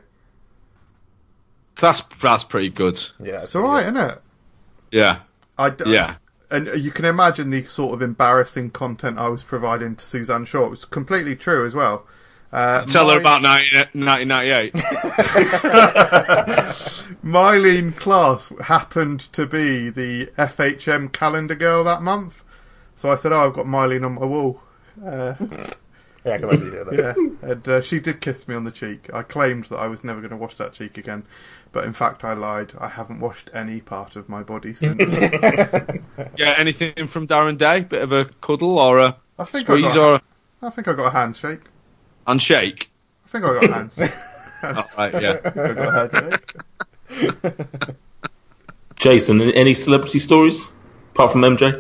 Speaker 4: That's that's pretty good.
Speaker 1: Yeah,
Speaker 2: It's all right, isn't it?
Speaker 4: Yeah.
Speaker 2: I d-
Speaker 4: Yeah.
Speaker 2: and uh, you can imagine the sort of embarrassing content I was providing to Suzanne Shaw. It was completely true as well. Uh,
Speaker 4: Tell her
Speaker 2: My-
Speaker 4: about 19, 1998.
Speaker 2: Mylene Class happened to be the FHM calendar girl that month, so I said, "Oh, I've got Mylene on my wall." Uh,
Speaker 1: Yeah, I can imagine you doing that.
Speaker 2: yeah, and uh, she did kiss me on the cheek. I claimed that I was never going to wash that cheek again, but in fact, I lied. I haven't washed any part of my body since.
Speaker 4: yeah, anything from Darren Day? Bit of a cuddle or a
Speaker 2: I think I
Speaker 4: squeeze
Speaker 2: got.
Speaker 4: or a
Speaker 2: I think I got a handshake.
Speaker 4: handshake?
Speaker 2: I think I got a handshake.
Speaker 4: Oh, right, yeah.
Speaker 2: I got a handshake.
Speaker 3: Jason, any- any celebrity stories apart from MJ?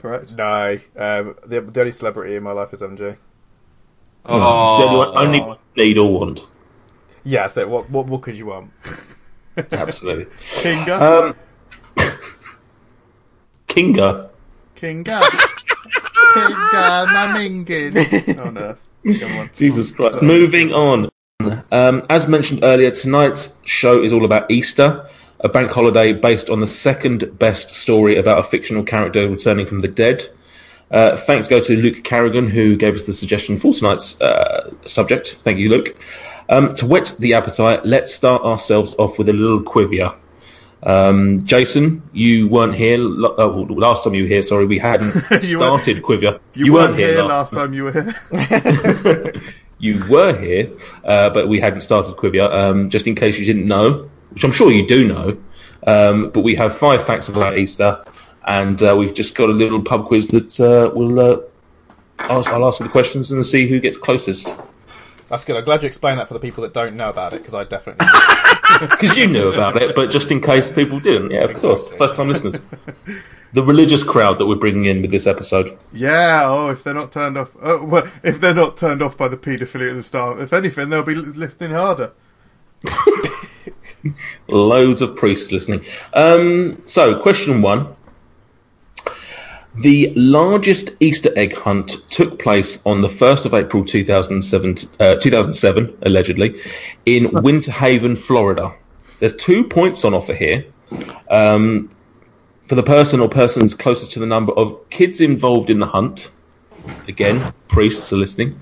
Speaker 2: Correct.
Speaker 1: No, um, the, the only celebrity in my life is MJ.
Speaker 4: Oh,
Speaker 3: Is there anyone
Speaker 2: Oh.
Speaker 3: only need or want?
Speaker 1: Yeah, so what what, what could you want?
Speaker 3: Absolutely.
Speaker 2: Kinga.
Speaker 3: Um, Kinga.
Speaker 2: Kinga. Kinga Mamingin. Oh no, that's come on.
Speaker 3: Jesus Christ. Moving on. Um, as mentioned earlier, tonight's show is all about Easter, a bank holiday based on the second best story about a fictional character returning from the dead. Uh, thanks go to Luke Carrigan, who gave us the suggestion for tonight's uh, subject. Thank you, Luke. Um, to whet the appetite, let's start ourselves off with a little quivia. Um, Jason, you weren't here lo- oh, last time you were here. Sorry, we hadn't
Speaker 2: You weren't-
Speaker 3: started quivia.
Speaker 2: You, weren't, here, last time you were here.
Speaker 3: you were here, uh, but we hadn't started Quivia. Um, just in case you didn't know, which I'm sure you do know, um, but we have five facts about Easter, and uh, we've just got a little pub quiz that uh, will. Uh, ask, I'll ask you the questions and see who gets closest.
Speaker 1: That's good. I'm glad you explained that for the people that don't know about it because I definitely.
Speaker 3: Because you knew about it, but just in case people didn't, yeah, of course, first time listeners. The religious crowd that we're bringing in with this episode.
Speaker 2: yeah. Oh, if they're not turned off. Oh, well, if they're not turned off by the paedophilia at the start, if anything, they'll be listening harder.
Speaker 3: Loads of priests listening. Um, so, question one. The largest Easter egg hunt took place on the 1st of April 2007, uh, 2007 allegedly, in Winter Haven, Florida. There's two points on offer here um, for the person or persons closest to the number of kids involved in the hunt. Again, priests are listening.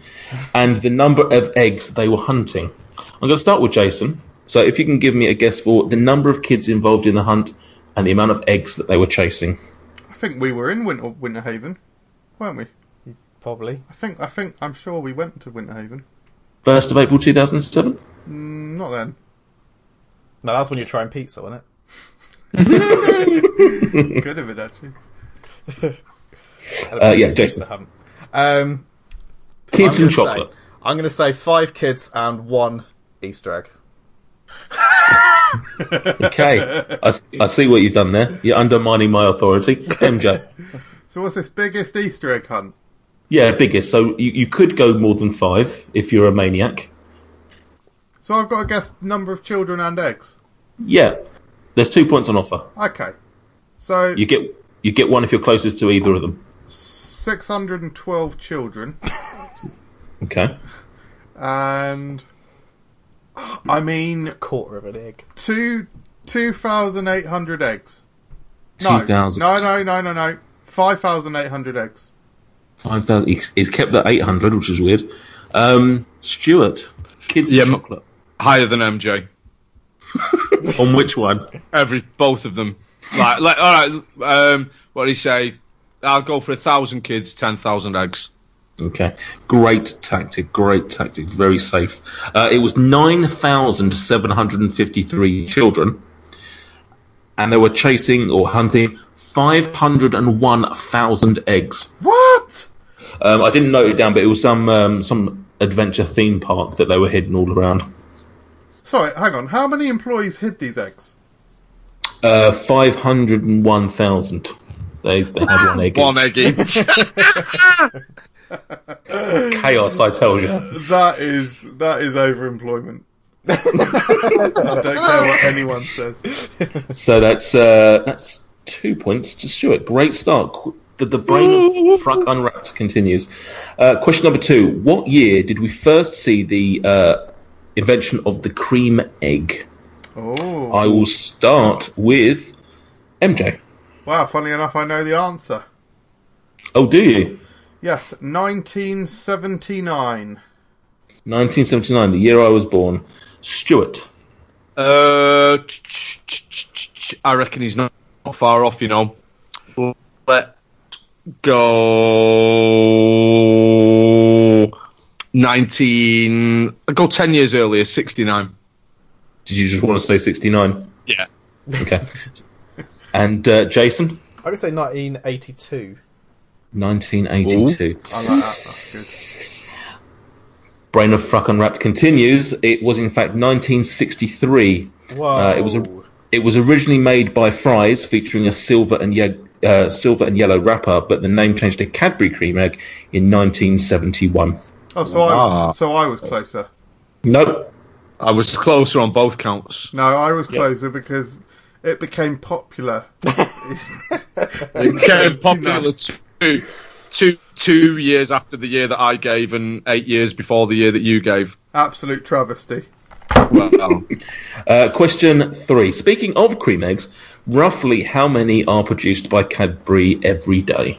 Speaker 3: And the number of eggs they were hunting. I'm going to start with Jason. So if you can give me a guess for the number of kids involved in the hunt and the amount of eggs that they were chasing.
Speaker 2: I think we were in Winter, Winter Haven, weren't we?
Speaker 1: Probably.
Speaker 2: I think. I think. I'm sure we went to Winter Haven.
Speaker 3: 1st of April 2007?
Speaker 2: Mm, Not then.
Speaker 1: No, that's when you're trying pizza, wasn't it?
Speaker 2: Could have been actually.
Speaker 1: And a
Speaker 3: Uh, yeah,
Speaker 1: pizza
Speaker 3: Jason.
Speaker 1: hunt. Um,
Speaker 3: Kids
Speaker 1: I'm
Speaker 3: and
Speaker 1: gonna
Speaker 3: chocolate.
Speaker 1: say- I'm going to say five kids and one Easter egg.
Speaker 3: Okay. I, I see what you've done there. You're undermining my authority. MJ.
Speaker 2: So what's this biggest Easter egg hunt?
Speaker 3: Yeah, biggest. So you, you could go more than five if you're a maniac.
Speaker 2: So I've got to guess number of children and eggs.
Speaker 3: Yeah. There's two points on offer.
Speaker 2: Okay. So
Speaker 3: You get you get one if you're closest to either of them.
Speaker 2: 612 children
Speaker 3: Okay.
Speaker 2: and I mean,
Speaker 1: Quarter of an egg.
Speaker 2: two two thousand eight hundred eggs. No,
Speaker 3: 2,000.
Speaker 2: no, no, no, no, no. Five thousand eight hundred eggs.
Speaker 3: Five thousand. He's, he's kept that eight hundred, which is weird. Um, Stuart, kids
Speaker 4: Yeah,
Speaker 3: and
Speaker 4: m-
Speaker 3: chocolate.
Speaker 4: Higher than MJ.
Speaker 3: On which one?
Speaker 4: Every both of them. Like, like all right. Um, what do you say? I'll go for a thousand kids, ten thousand eggs.
Speaker 3: Okay, great tactic, great tactic, very safe. Uh, it was nine thousand seven hundred and fifty-three children, and they were chasing or hunting five hundred and one thousand eggs.
Speaker 2: What?
Speaker 3: Um, I didn't note it down, but it was some um, some adventure theme park that they were hidden all around.
Speaker 2: Sorry, hang on. How many employees hid these eggs?
Speaker 3: Uh, five hundred and one thousand. They they had one egg.
Speaker 4: One egg each.
Speaker 3: chaos, I tell you.
Speaker 2: That is that is overemployment. I don't care what anyone says.
Speaker 3: So that's uh, that's two points to Stuart. Great start. Qu- The, the brain of Fruck Unwrapped continues. Uh, question number two: What year did we first see the uh, invention of the cream egg?
Speaker 2: Oh,
Speaker 3: I will start with MJ.
Speaker 2: wow! Funny enough, I know the answer.
Speaker 3: Oh, do you?
Speaker 2: Yes, 1979.
Speaker 3: 1979, the year I was born. Stuart.
Speaker 4: Uh, ch- ch- ch- ch- ch- I reckon he's not not far off. You know. Let go. Nineteen. I go ten years earlier. Sixty-nine.
Speaker 3: Did you just want to say 69?
Speaker 4: Yeah.
Speaker 3: Okay. and uh, Jason.
Speaker 1: I would say 1982.
Speaker 3: 1982.
Speaker 2: I like that. That's good.
Speaker 3: Brain of Fruck Unwrapped continues. It was in fact 1963.
Speaker 1: Wow.
Speaker 3: Uh, it was a, it was originally made by Fry's, featuring a silver and ye- uh, silver and yellow wrapper, but the name changed to Cadbury Cream Egg in 1971.
Speaker 2: Oh, so I was, so I was closer.
Speaker 3: Nope.
Speaker 4: I was closer on both counts.
Speaker 2: No, I was closer because it became popular.
Speaker 4: Became popular two, two, two years after the year that I gave, and eight years before the year that you gave.
Speaker 2: Absolute travesty.
Speaker 4: Well,
Speaker 3: Uh, question three. Speaking of cream eggs, roughly how many are produced by Cadbury every day?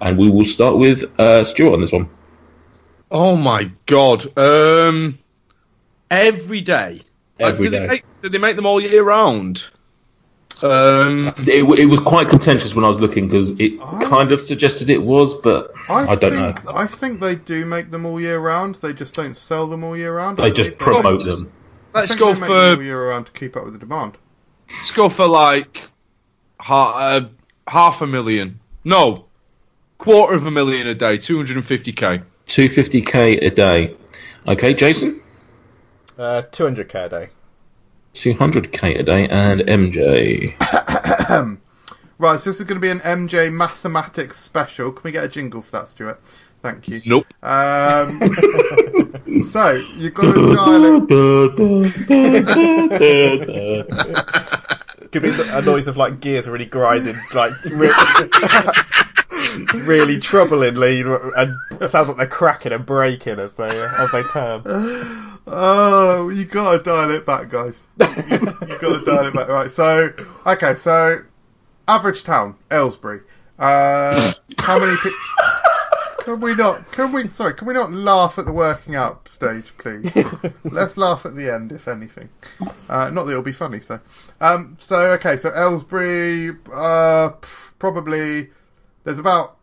Speaker 3: And we will start with uh, Stuart on this one.
Speaker 4: oh my god! Um, every day. Like,
Speaker 3: Every
Speaker 4: do
Speaker 3: day.
Speaker 4: They make, do they make them all year round? Um,
Speaker 3: It, w- it was quite contentious when I was looking because it kind of suggested it was, but I, don't
Speaker 2: think,
Speaker 3: know.
Speaker 2: I think they do make them all year round. They just don't sell them all year round.
Speaker 3: They just
Speaker 2: believe
Speaker 3: promote
Speaker 4: just-
Speaker 3: them.
Speaker 2: I
Speaker 4: let's
Speaker 2: think
Speaker 4: go
Speaker 2: they make them all
Speaker 4: for
Speaker 2: year round to keep up with the demand.
Speaker 4: let's go for like half, uh, half a million. No, quarter of a million a day. Two hundred and fifty k.
Speaker 3: 250k a day. Okay, Jason?
Speaker 1: Uh, 200k a day.
Speaker 3: 200k a day and MJ.
Speaker 2: Right, so this is going to be an MJ mathematics special. Can we get a jingle for that, Stuart? Thank you.
Speaker 4: Nope.
Speaker 2: Um, so you've got to dial it.
Speaker 1: Could be a noise of like gears really grinding, like re- really troublingly, and it sounds like they're cracking and breaking as they as they turn.
Speaker 2: Oh, you got to dial it back, guys. you got to dial it back. Right. So okay. So average town, Aylesbury. Uh, how many? Pe- can we not? Can we? Sorry. Can we not laugh at the working up stage, please? Let's laugh at the end, if anything. Uh, not that it'll be funny. So, um, so okay. So Aylesbury, uh, pff, probably there's about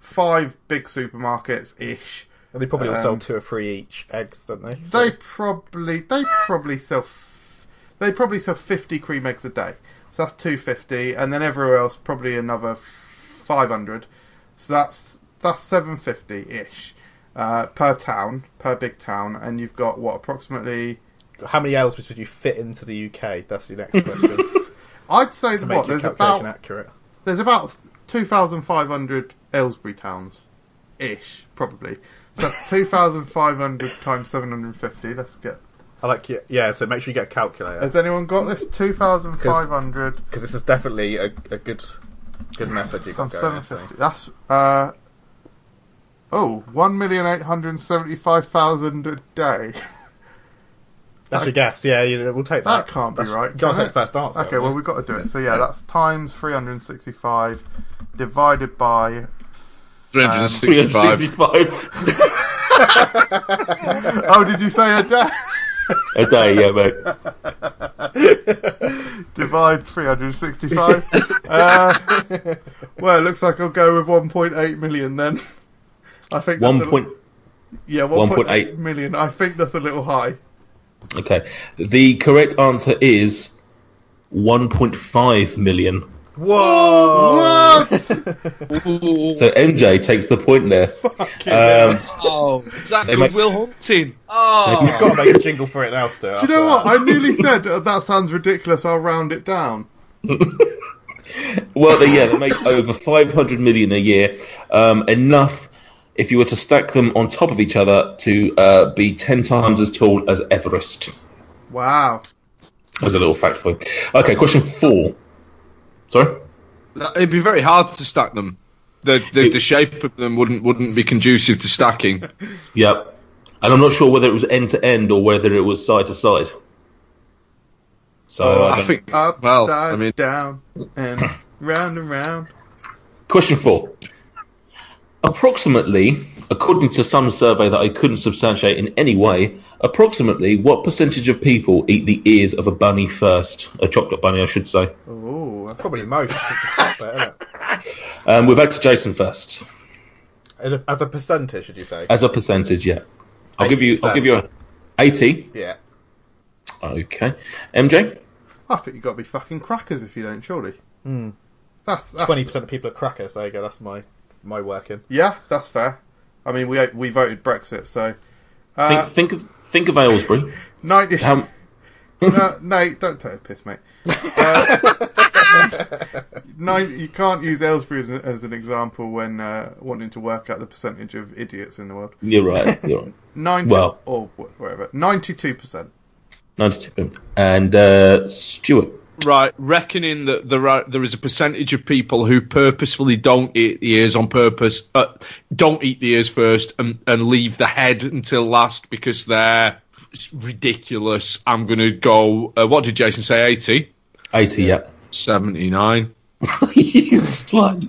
Speaker 2: five big supermarkets ish.
Speaker 1: And they probably all
Speaker 2: Um,
Speaker 1: sell two or three each eggs, don't they? So-
Speaker 2: They probably they probably sell f- they probably sell fifty cream eggs a day. So that's two fifty, and then everywhere else probably another five hundred. So that's that's seven fifty ish uh, per town, per big town, and you've got what approximately?
Speaker 1: How many Aylesbury would you fit into the UK? That's your next question.
Speaker 2: I'd say
Speaker 1: to make
Speaker 2: what
Speaker 1: your
Speaker 2: there's
Speaker 1: calculation
Speaker 2: about
Speaker 1: accurate.
Speaker 2: there's about two thousand five hundred Aylesbury towns, ish probably. So that's two thousand five hundred times seven hundred fifty. Let's get.
Speaker 1: I like you. Yeah, so make sure you get a calculator
Speaker 2: Has anyone got this? Two thousand five hundred.
Speaker 1: because this is definitely a, a good good method you
Speaker 2: Some
Speaker 1: got going.
Speaker 2: seven
Speaker 1: I think.
Speaker 2: fifty. That's uh oh, one million eight hundred seventy-five thousand a day.
Speaker 1: That's your guess. Yeah, you, we'll take that.
Speaker 2: That can't be
Speaker 1: That's-
Speaker 2: right.
Speaker 1: You can't
Speaker 2: can
Speaker 1: take
Speaker 2: it?
Speaker 1: first answer.
Speaker 2: Okay, well we've got to do it. So yeah, that's times 365 divided by
Speaker 4: 365.
Speaker 3: 365
Speaker 2: Oh, did you say a day?
Speaker 3: a day, yeah, mate.
Speaker 2: Divide 365. uh, well, it looks like I'll go with 1.8 million then. I think that's a-
Speaker 3: One point.
Speaker 2: yeah, 1.8
Speaker 3: 1.8.
Speaker 2: million. I think that's a little high.
Speaker 3: Okay, the correct answer is 1.5 million.
Speaker 1: Whoa!
Speaker 2: What?
Speaker 3: So MJ takes the point there.
Speaker 2: Fucking hell.
Speaker 3: Um,
Speaker 4: Oh, is that
Speaker 3: They make-
Speaker 4: Goodwill Hunting? Oh.
Speaker 1: You've got to make a jingle for it now, Stuart.
Speaker 2: Do you know what? I nearly said "Oh, that sounds ridiculous. I'll round it down.
Speaker 3: well, they, yeah, they make over 500 million a year. Um, enough if you were to stack them on top of each other to uh, be 10 times as tall as Everest.
Speaker 2: Wow.
Speaker 3: As a little fact for you. Okay, question four. Sorry.
Speaker 4: That- It'd be very hard to stack them. The, the, the shape of them wouldn't wouldn't be conducive to stacking.
Speaker 3: Yep. And I'm not sure whether it was end to end or whether it was side to side. So I
Speaker 4: Oh, I
Speaker 3: don't-
Speaker 4: think.
Speaker 2: Upside
Speaker 4: Well, I mean,
Speaker 2: down and round and round.
Speaker 3: Question four. Approximately, according to some survey that I couldn't substantiate in any way, approximately what percentage of people eat the ears of a bunny first? A chocolate bunny, I should say.
Speaker 2: Oh, that's
Speaker 1: Probably most. It's the top bit, isn't
Speaker 3: Um, we're back to Jason first.
Speaker 1: it? As a- As a percentage, should you say?
Speaker 3: As a percentage, yeah. I'll give you. I'll
Speaker 1: 80%.
Speaker 3: give you a eighty.
Speaker 1: Yeah.
Speaker 3: Okay, MJ.
Speaker 2: I think you got to be fucking crackers if you don't, surely. That's that's-
Speaker 1: Twenty percent of people are crackers. There you go. That's my my working.
Speaker 2: Yeah, that's fair. I mean, we we voted Brexit, so
Speaker 3: Think,
Speaker 2: uh,
Speaker 3: think of think of Aylesbury.
Speaker 2: ninety.
Speaker 3: How,
Speaker 2: no, no, don't take a piss, mate. Uh, nine, you can't use Aylesbury as, an- as an example when uh, wanting to work out the percentage of idiots in the world.
Speaker 3: you're right. You're right.
Speaker 2: Ninety
Speaker 3: Well-
Speaker 2: or wh- whatever, ninety-two percent.
Speaker 3: Ninety-two. And uh, Stuart.
Speaker 4: Right, reckoning that there are there is a percentage of people who purposefully don't eat the ears on purpose, uh, don't eat the ears first, and, and leave the head until last because they're it's ridiculous. I'm going to go. Uh, what did Jason say? 80?
Speaker 3: Eighty. Yeah.
Speaker 4: 79.
Speaker 3: you sly,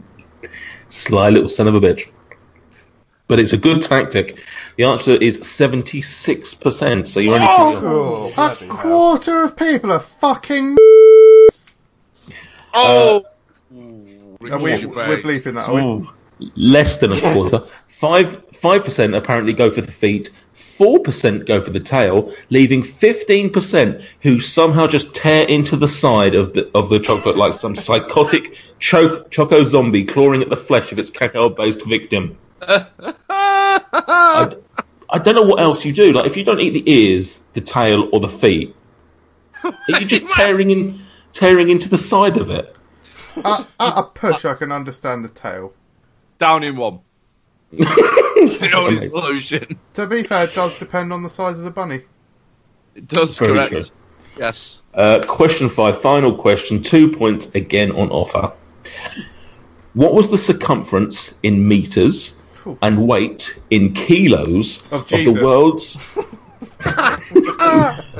Speaker 3: sly little son of a bitch. But it's a good tactic. The answer is seventy-six percent. So you're only
Speaker 1: Oh,
Speaker 2: A
Speaker 1: bloody hell.
Speaker 2: quarter of people are fucking. Are
Speaker 4: Oh,
Speaker 2: we,
Speaker 4: Record your
Speaker 2: we're
Speaker 4: base.
Speaker 2: bleeping that. Are
Speaker 3: Oh.
Speaker 2: we?
Speaker 3: less than a quarter. Five five percent apparently go for the feet. Four percent go for the tail, leaving fifteen percent who somehow just tear into the side of the of the chocolate like some psychotic cho- choco zombie clawing at the flesh of its cacao-based victim. I, I don't know what else you do. Like if you don't eat the ears, the tail, or the feet, are you just tearing in tearing into the side of it?
Speaker 2: at, at a push, I can understand the tail.
Speaker 4: down in one. It's the only solution.
Speaker 2: To be fair, it does depend on the size of the bunny.
Speaker 4: It does
Speaker 3: Very
Speaker 4: correct.
Speaker 3: true.
Speaker 4: Yes.
Speaker 3: Uh, question five, final question, two points again on offer. What was the circumference in meters and weight in kilos
Speaker 2: Of Oh, Jesus.
Speaker 3: the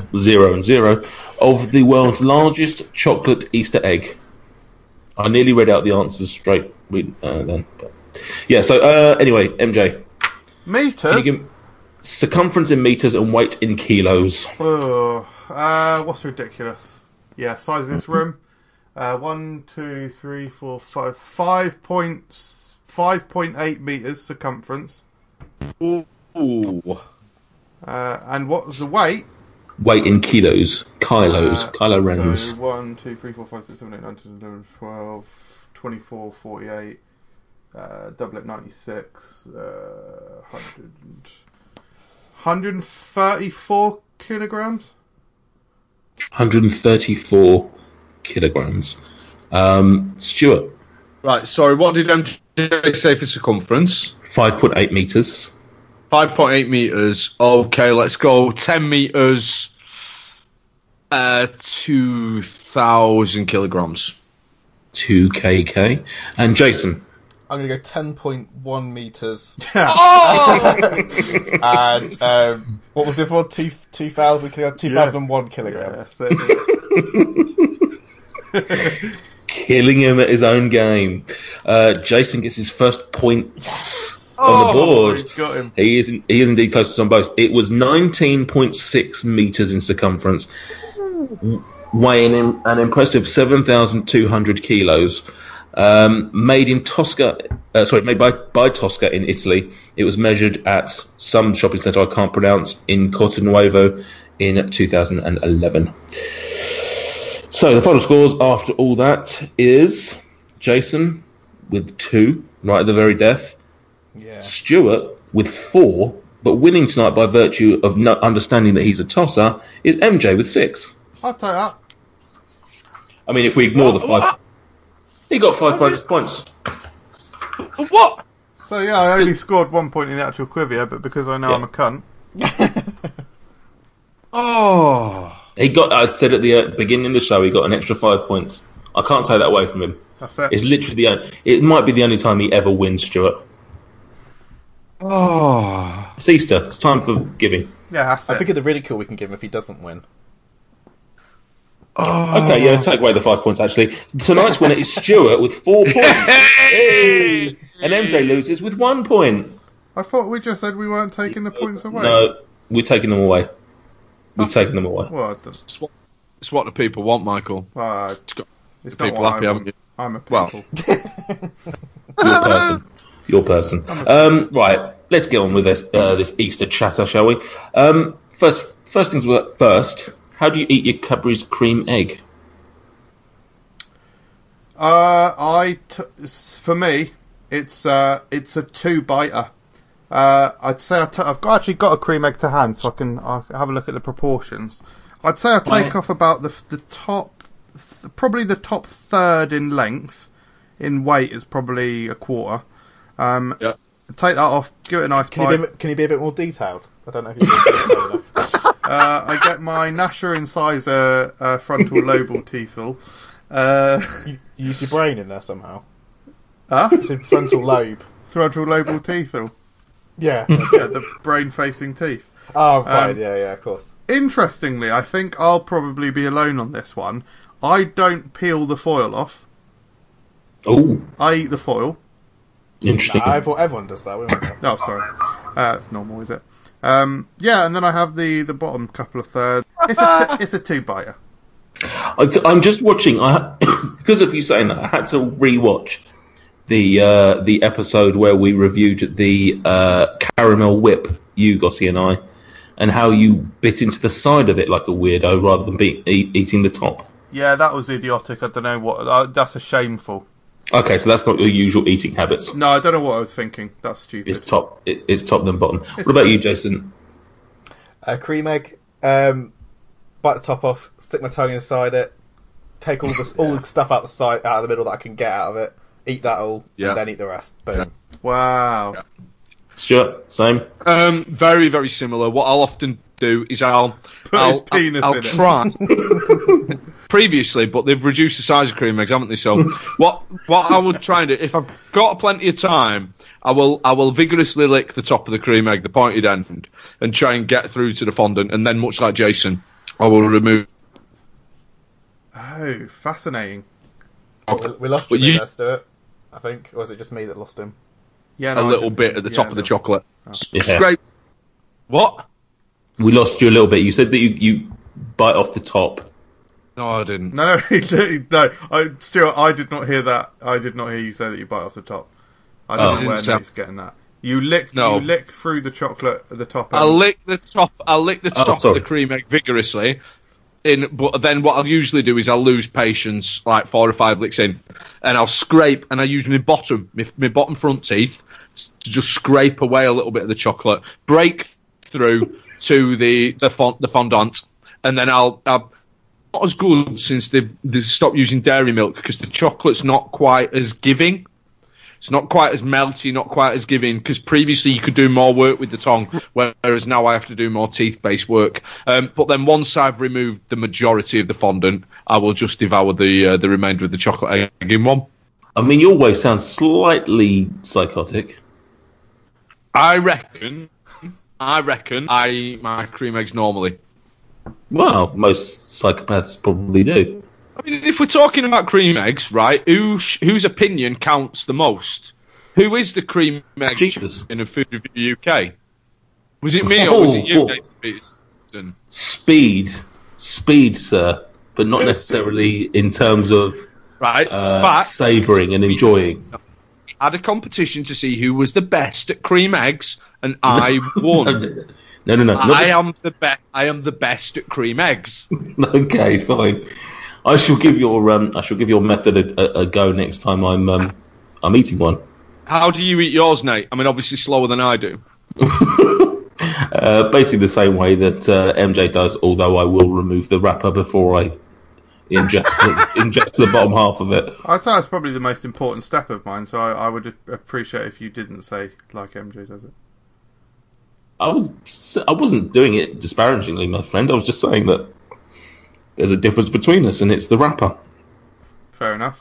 Speaker 3: world's zero and zero of the world's largest chocolate Easter egg? I nearly read out the answers straight we- uh, then. But. Yeah. So uh, anyway, MJ,
Speaker 2: Meters.
Speaker 3: you give- circumference in meters and weight in kilos.
Speaker 2: Oh, uh, what's ridiculous? Yeah, size of this room. Uh, one, two, three, four, five, five points, five point eight meters circumference.
Speaker 4: Ooh.
Speaker 2: Uh, and what was the weight?
Speaker 3: Weight in kilos, kilos,
Speaker 2: Uh,
Speaker 3: kilo rings.
Speaker 2: So one, two, three, four, five, six, seven, eight, nine, ten, eleven, twelve, twenty-four, forty-eight. Uh, double at ninety-six. Uh, hundred. Hundred and thirty-four kilograms.
Speaker 3: 134 kilograms. Um, Stuart,
Speaker 4: Right, sorry, what did MJ say for circumference?
Speaker 3: 5.8 meters.
Speaker 4: 5.8 meters. Okay, let's go 10 meters, uh, 2,000 kilograms.
Speaker 3: 2 kk and jason
Speaker 1: I'm gonna go ten point one meters
Speaker 2: Oh! Yeah.
Speaker 1: and um, What was the other one? Two, 2,000 kilograms? 2001
Speaker 2: Yeah,
Speaker 1: kilograms.
Speaker 2: that's it.
Speaker 3: Killing him at his own game. Uh, Jason gets his first points on the board.
Speaker 2: Oh, We've got him.
Speaker 3: He is, he is indeed closest on both. It was 19.6 meters in circumference, w- weighing in an impressive 7,200 kilos. Um, made in Tosca, uh, sorry, made by, by Tosca in Italy. It was measured at some shopping centre I can't pronounce in Cortenuovo in 2011. So the final scores after all that is Jason with two, right at the very death.
Speaker 1: Yeah.
Speaker 3: Stewart with four, but winning tonight by virtue of no understanding that he's a tosser is MJ with six.
Speaker 2: I'll take that.
Speaker 3: I mean, if we ignore the five, he got five bonus points.
Speaker 4: What?
Speaker 2: So yeah, I only scored one point in the actual quivia, but because I know
Speaker 3: Yeah.
Speaker 2: I'm a cunt,
Speaker 4: Oh.
Speaker 3: He got. I said at the uh, beginning of the show, he got an extra five points. I can't take that away from him.
Speaker 2: that's it.
Speaker 3: It's literally the. Only, it might be the only time he ever wins, Stuart.
Speaker 4: Oh.
Speaker 3: It's Easter. It's time for giving.
Speaker 2: yeah, that's
Speaker 1: I
Speaker 2: it.
Speaker 1: think of the ridicule we can give him if he doesn't win.
Speaker 4: oh.
Speaker 3: Okay, yeah, let's take away the five points. Actually, tonight's winner is Stuart with four points,
Speaker 4: Hey!
Speaker 3: and MJ loses with one point.
Speaker 2: I thought we just said we weren't taking the points away.
Speaker 3: No, we're taking them away. We're taking them away.
Speaker 2: Well, I don't-
Speaker 4: It's what, it's what the people want, Michael.
Speaker 2: well, I-
Speaker 4: got-
Speaker 2: it's not
Speaker 4: people
Speaker 2: what
Speaker 4: happy,
Speaker 2: I
Speaker 4: haven't
Speaker 2: want.
Speaker 4: you?
Speaker 2: I'm a
Speaker 4: Well.
Speaker 2: people.
Speaker 3: Your person. Your person. Um, right, let's get on with this uh, this Easter chatter, shall we? Um, first, first things were- first. How do you eat your Cadbury's cream egg?
Speaker 2: Uh, I t- s- for me, it's uh, it's a two biter. Uh, I'd say I t- I've got, actually got a cream egg to hand, so I can I'll have a look at the proportions. I'd say I take
Speaker 3: Right.
Speaker 2: off about the f- the top, th- probably the top third in length. In weight is probably a quarter. Um,
Speaker 4: Yeah.
Speaker 2: take that off, give it a nice
Speaker 1: Can
Speaker 2: bite.
Speaker 1: you, be, a bit- can you be a bit more detailed? I don't know if you're being detailed enough.
Speaker 2: Uh, I get my Nasher incisor uh, frontal lobal teethal. Uh,
Speaker 1: You, you use your brain in there somehow.
Speaker 2: huh?
Speaker 1: It's in frontal lobe.
Speaker 2: Frontal lobal teethal.
Speaker 1: Yeah.
Speaker 2: Yeah, the brain facing teeth.
Speaker 1: Oh, right.
Speaker 2: Um,
Speaker 1: yeah, yeah, of course.
Speaker 2: Interestingly, I think I'll probably be alone on this one. I don't peel the foil off.
Speaker 3: Oh,
Speaker 2: I eat the foil.
Speaker 3: interesting.
Speaker 1: I thought everyone does that. wouldn't they?
Speaker 2: Oh, sorry. Uh, it's normal, is it? Um, yeah, and then I have the, the bottom couple of thirds. It's a t- it's a two biter.
Speaker 3: I, I'm just watching. I because of you saying that, I had to rewatch the uh, the episode where we reviewed the uh, caramel whip you, Gossie, and I, and how you bit into the side of it like a weirdo rather than be, eat, eating the top.
Speaker 2: Yeah, that was idiotic. I don't know what. Uh, that's a shameful.
Speaker 3: Okay, so that's not your usual eating habits.
Speaker 2: No, I don't know what I was thinking. That's stupid.
Speaker 3: It's top. It, it's top then bottom. What about you, Jason?
Speaker 1: A Uh, cream egg. Um, bite the top off. Stick my tongue inside it. Take all the all the stuff out the side, out of the middle that I can get out of it. Eat that all,
Speaker 4: Yeah.
Speaker 1: and then eat the rest. Boom.
Speaker 2: Wow.
Speaker 3: Stuart, same.
Speaker 4: Um, very, very similar. What I'll often do is I'll
Speaker 2: Put
Speaker 4: I'll,
Speaker 2: his penis
Speaker 4: I'll,
Speaker 2: in it.
Speaker 4: try. Previously, but they've reduced the size of cream eggs, haven't they? So what what I would try and do if I've got plenty of time, I will I will vigorously lick the top of the cream egg, the pointed end, and try and get through to the fondant, and then much like Jason, I will remove.
Speaker 2: Oh, fascinating.
Speaker 1: We, we lost you,
Speaker 4: But you-
Speaker 1: you... Stuart. I think, or is it just me that lost him?
Speaker 2: Yeah,
Speaker 4: a
Speaker 2: no, Oh, I
Speaker 4: little
Speaker 2: didn't-
Speaker 4: bit at the
Speaker 2: yeah,
Speaker 4: top of the
Speaker 2: no.
Speaker 4: chocolate.
Speaker 3: Yeah.
Speaker 4: Scrape. What?
Speaker 3: We lost you a little bit. You said that you, you bite off the top.
Speaker 4: No, I didn't.
Speaker 2: No, no, no. I, Stuart, I did not hear that. I did not hear you say that you bite off the top. I
Speaker 3: Oh.
Speaker 2: don't know
Speaker 4: Didn't
Speaker 2: where
Speaker 4: sound-
Speaker 2: Nate's getting that. You lick,
Speaker 4: No.
Speaker 2: you lick through the chocolate at the top.
Speaker 4: I
Speaker 2: end.
Speaker 4: lick the top. I lick the
Speaker 3: Oh,
Speaker 4: top of
Speaker 3: sorry.
Speaker 4: the cream egg vigorously. In, but then what I'll usually do is I'll lose patience like four or five licks in, and I'll scrape and I use my bottom, my, my bottom front teeth to just scrape away a little bit of the chocolate, break through to the the, fond, the fondant, and then I'll, I'll not as good since they've, they've stopped using dairy milk because the chocolate's not quite as giving. It's not quite as melty, not quite as giving, because previously you could do more work with the tongue, whereas now I have to do more teeth based work. Um, but then once I've removed the majority of the fondant, I will just devour the uh, the remainder of the chocolate egg in one.
Speaker 3: I mean, your way sounds slightly psychotic.
Speaker 4: I reckon I reckon I eat my cream eggs normally.
Speaker 3: Well, most psychopaths probably do.
Speaker 4: I mean, if we're talking about cream eggs, right? Who sh- whose opinion counts the most? Who is the cream egg
Speaker 3: Jesus.
Speaker 4: in a food review UK? Was it me or was it you?
Speaker 3: Oh,
Speaker 4: Dave Peterson?
Speaker 3: Speed, speed, sir, but not necessarily in terms of
Speaker 4: Right,
Speaker 3: uh,
Speaker 4: but
Speaker 3: savouring and enjoying.
Speaker 4: I had a competition to see who was the best at cream eggs, and I won.
Speaker 3: Uh, No, no, no. not
Speaker 4: I
Speaker 3: the-
Speaker 4: am the best. I am the best at cream eggs.
Speaker 3: Okay, fine. I shall give your um, I shall give your method a, a, a go next time I'm um, I'm eating one.
Speaker 4: How do you eat yours, Nate? I mean, obviously slower than I do.
Speaker 3: Uh, basically the same way that uh, MJ does, although I will remove the wrapper before I ingest the, ingest the bottom half of it.
Speaker 2: I'd say that's probably the most important step of mine, so I, I would appreciate if you didn't say like MJ does it.
Speaker 3: I was I wasn't doing it disparagingly, my friend. I was just saying that there's a difference between us, and it's the wrapper.
Speaker 2: Fair enough.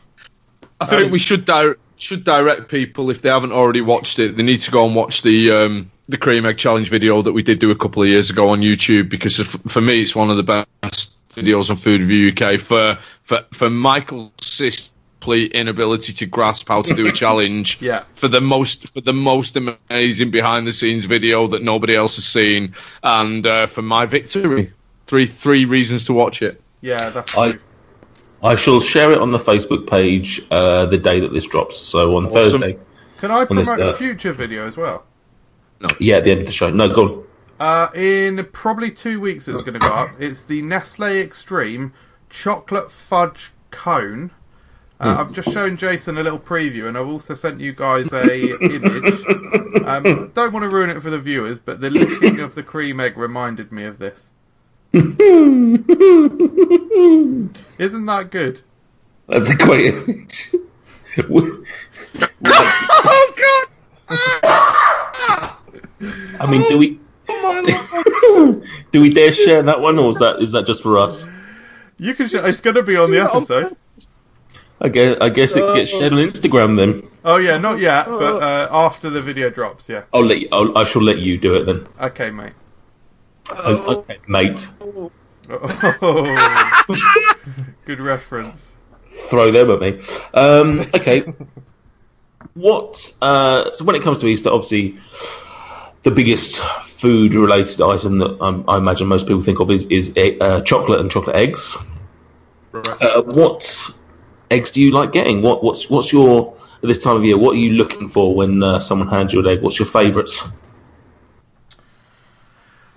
Speaker 4: I think we should di- should direct people if they haven't already watched it. They need to go and watch the um, the cream egg challenge video that we did do a couple of years ago on YouTube because f- for me it's one of the best videos on Food Review UK for for for Michael's sis- complete inability to grasp how to do a challenge
Speaker 2: Yeah.
Speaker 4: for the most for the most amazing behind the scenes video that nobody else has seen and uh, for my victory three three reasons to watch it
Speaker 2: Yeah, that's
Speaker 3: I-
Speaker 2: true.
Speaker 3: I shall share it on the Facebook page uh, the day that this drops. So on Thursday,
Speaker 2: Can I
Speaker 3: there's
Speaker 2: promote a
Speaker 3: that.
Speaker 2: future video as well?
Speaker 3: yeah, at the end of the show. No, go on.
Speaker 2: Uh, in probably two weeks, it's going to go up. It's the Nestle Extreme Chocolate Fudge Cone. Uh, I've just shown Jason a little preview, and I've also sent you guys a image. Um, don't want to ruin it for the viewers, but the licking of the cream egg reminded me of this. Isn't that good?
Speaker 3: That's a great image. We-
Speaker 4: oh god
Speaker 3: I mean, do we do we dare share that one, or is that is that just for us?
Speaker 2: You can. Sh- it's going to be on the episode.
Speaker 3: I guess I guess it gets shared on Instagram then.
Speaker 2: Oh yeah, not yet, but uh, after the video drops. Yeah.
Speaker 3: I'll let you, I'll, I shall let you do it then,
Speaker 2: Okay, mate.
Speaker 3: O- okay, mate.
Speaker 2: Oh. good reference.
Speaker 3: Throw them at me. Um, okay. What? Uh, so when it comes to Easter, obviously, the biggest food-related item that um, I imagine most people think of is is e- uh, chocolate and chocolate eggs. Uh, what eggs do you like getting? What what's what's your at this time of year? What are you looking for when uh, someone hands you an egg? What's your favourites?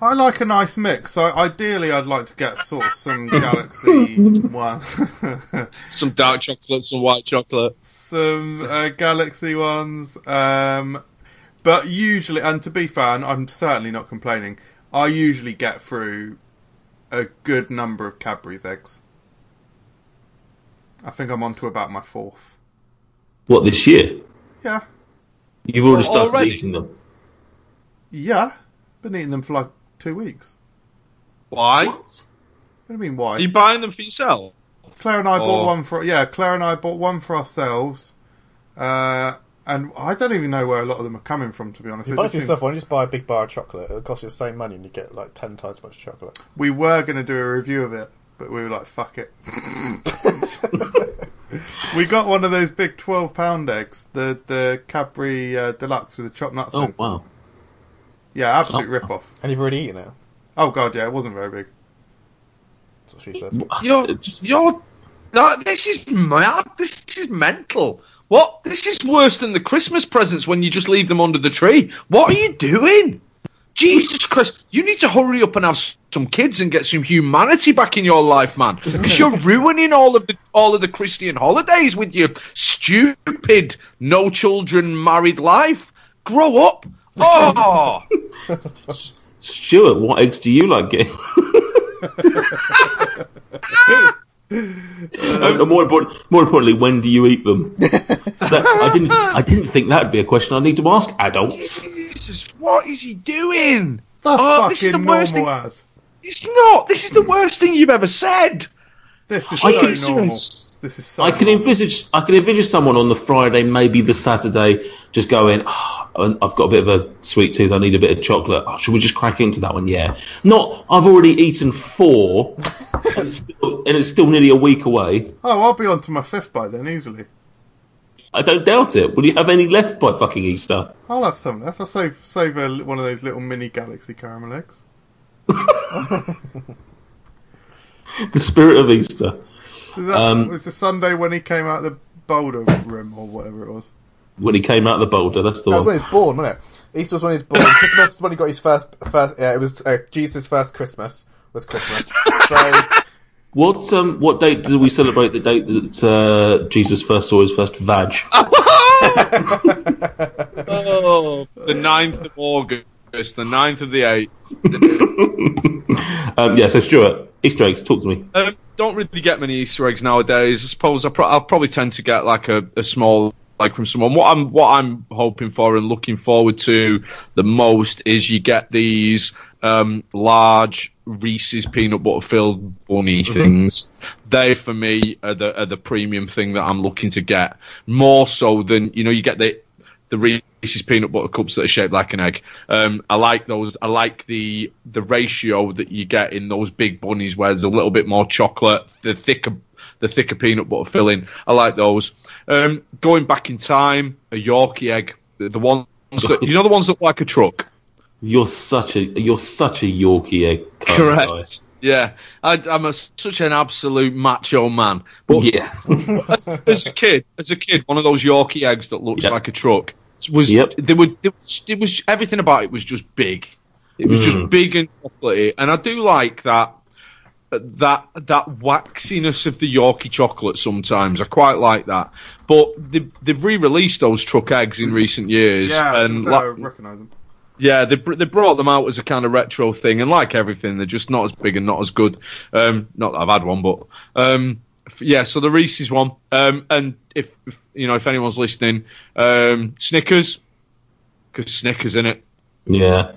Speaker 2: I like a nice mix. So ideally, I'd like to get sort of some Galaxy one,
Speaker 4: some dark chocolate some white chocolate
Speaker 2: some uh, Galaxy ones. Um, but usually, and to be fair, and I'm certainly not complaining. I usually get through a good number of Cadbury's eggs. I think I'm on to about my fourth.
Speaker 3: What this year?
Speaker 2: Yeah,
Speaker 3: You've already
Speaker 4: Al-
Speaker 3: started
Speaker 4: already?
Speaker 3: eating them.
Speaker 2: yeah. Been eating them for like two weeks.
Speaker 4: why
Speaker 2: What do you mean? Why?
Speaker 4: are you buying them for yourself
Speaker 2: Claire and I bought
Speaker 4: Or-
Speaker 2: one for yeah. Claire and I bought one for ourselves, uh, and I don't even know where a lot of them are coming from. To be honest, It
Speaker 1: Buy
Speaker 2: just seems-
Speaker 1: yourself one. Just buy a big bar of chocolate. It'll cost you the same money, and you get like ten times as much chocolate.
Speaker 2: we were going to do a review of it, but we were like, "Fuck it." we got one of those big twelve pound eggs, the the Cadbury uh, Deluxe with the chopped nuts.
Speaker 3: Oh
Speaker 2: in.
Speaker 3: wow.
Speaker 2: Yeah, absolute
Speaker 4: Oh,
Speaker 2: rip off.
Speaker 1: And you've already eaten it.
Speaker 2: Oh god, yeah, it wasn't very big.
Speaker 1: That's what she said.
Speaker 4: You're,
Speaker 3: Just-
Speaker 4: you're, no, this is mad. This is mental. What? This is worse than the Christmas presents when you just leave them under the tree. What are you doing? Jesus Christ, you need to hurry up and have s- some kids and get some humanity back in your life, man. Because you're ruining all of the all of the Christian holidays with your stupid no children married life. Grow up. Oh,
Speaker 3: Stuart, what eggs do you like getting? and and more, important, more importantly, when do you eat them? That- I didn't. I didn't think that'd be a question I need to ask adults.
Speaker 4: Jesus, what is he doing?
Speaker 2: That's
Speaker 4: Oh, this is
Speaker 2: fucking
Speaker 4: the worst
Speaker 2: normal
Speaker 4: thing-
Speaker 2: as.
Speaker 4: It's not. This is the worst thing you've ever said.
Speaker 2: This is
Speaker 3: I
Speaker 2: so
Speaker 3: consider
Speaker 2: normal.
Speaker 3: s-
Speaker 2: This is so
Speaker 3: I can envisage I can envisage someone on the Friday, maybe the Saturday, just going. Oh, I've got a bit of a sweet tooth. I need a bit of chocolate. Oh, should we just crack into that one? Yeah. Not. I've already eaten four, and, it's still, and it's still nearly a week away.
Speaker 2: Oh, I'll be on to my fifth by then easily.
Speaker 3: I don't doubt it. Will you have any left by fucking Easter?
Speaker 2: I'll have some left. I'll save save a, one of those little mini galaxy caramel eggs.
Speaker 3: The spirit of Easter.
Speaker 2: Is that,
Speaker 3: Um,
Speaker 2: was the Sunday when he came out the boulder room or whatever it was.
Speaker 3: When he came out of the boulder, that's the
Speaker 1: That was when he
Speaker 3: one.
Speaker 1: was born, wasn't it? Easter was when he was born. Christmas was when he got his first first. Yeah, it was uh, Jesus' first Christmas was Christmas. So
Speaker 3: What um what date do we celebrate? The date that uh, Jesus first saw his first vag.
Speaker 4: Ah! Oh, the 9th of August, the 9th of the 8th.
Speaker 3: Um, yeah. So Stuart, Easter eggs. Talk to me.
Speaker 4: Um, don't really get many Easter eggs nowadays. I suppose I pro- I'll probably tend to get like a, a small like from someone. What I'm what I'm hoping for and looking forward to the most is you get these um, large Reese's peanut butter filled bunny things. They for me are the are the premium thing that I'm looking to get more so than you know you get the the Reese's peanut butter cups that are shaped like an egg. Um, I like those. I like the the ratio that you get in those big bunnies, where there's a little bit more chocolate, the thicker the thicker peanut butter filling. I like those. Um, going back in time, a Yorkie egg, the, the ones that you know, the ones that look like a truck.
Speaker 3: You're such a you're such a Yorkie egg. cunt, guy.
Speaker 4: Yeah, I, I'm a, such an absolute macho man. But
Speaker 3: Yeah.
Speaker 4: as, as a kid, as a kid, one of those Yorkie eggs that looks
Speaker 3: Yeah.
Speaker 4: like a truck was
Speaker 3: Yep.
Speaker 4: they were it was, it was everything about it was just big. It was just big and chocolatey, and I do like that that that waxiness of the Yorkie chocolate. Sometimes I quite like that, but they, they've re-released those truck eggs in recent years,
Speaker 2: Yeah,
Speaker 4: and
Speaker 2: so
Speaker 4: like-
Speaker 2: I recognise him.
Speaker 4: yeah, they br- they brought them out as a kind of retro thing, and like everything, they're just not as big and not as good. Um, not that I've had one, but um, f- yeah. So the Reese's one, um, and if, if you know if anyone's listening, um, Snickers, because Snickers in it.
Speaker 3: Yeah.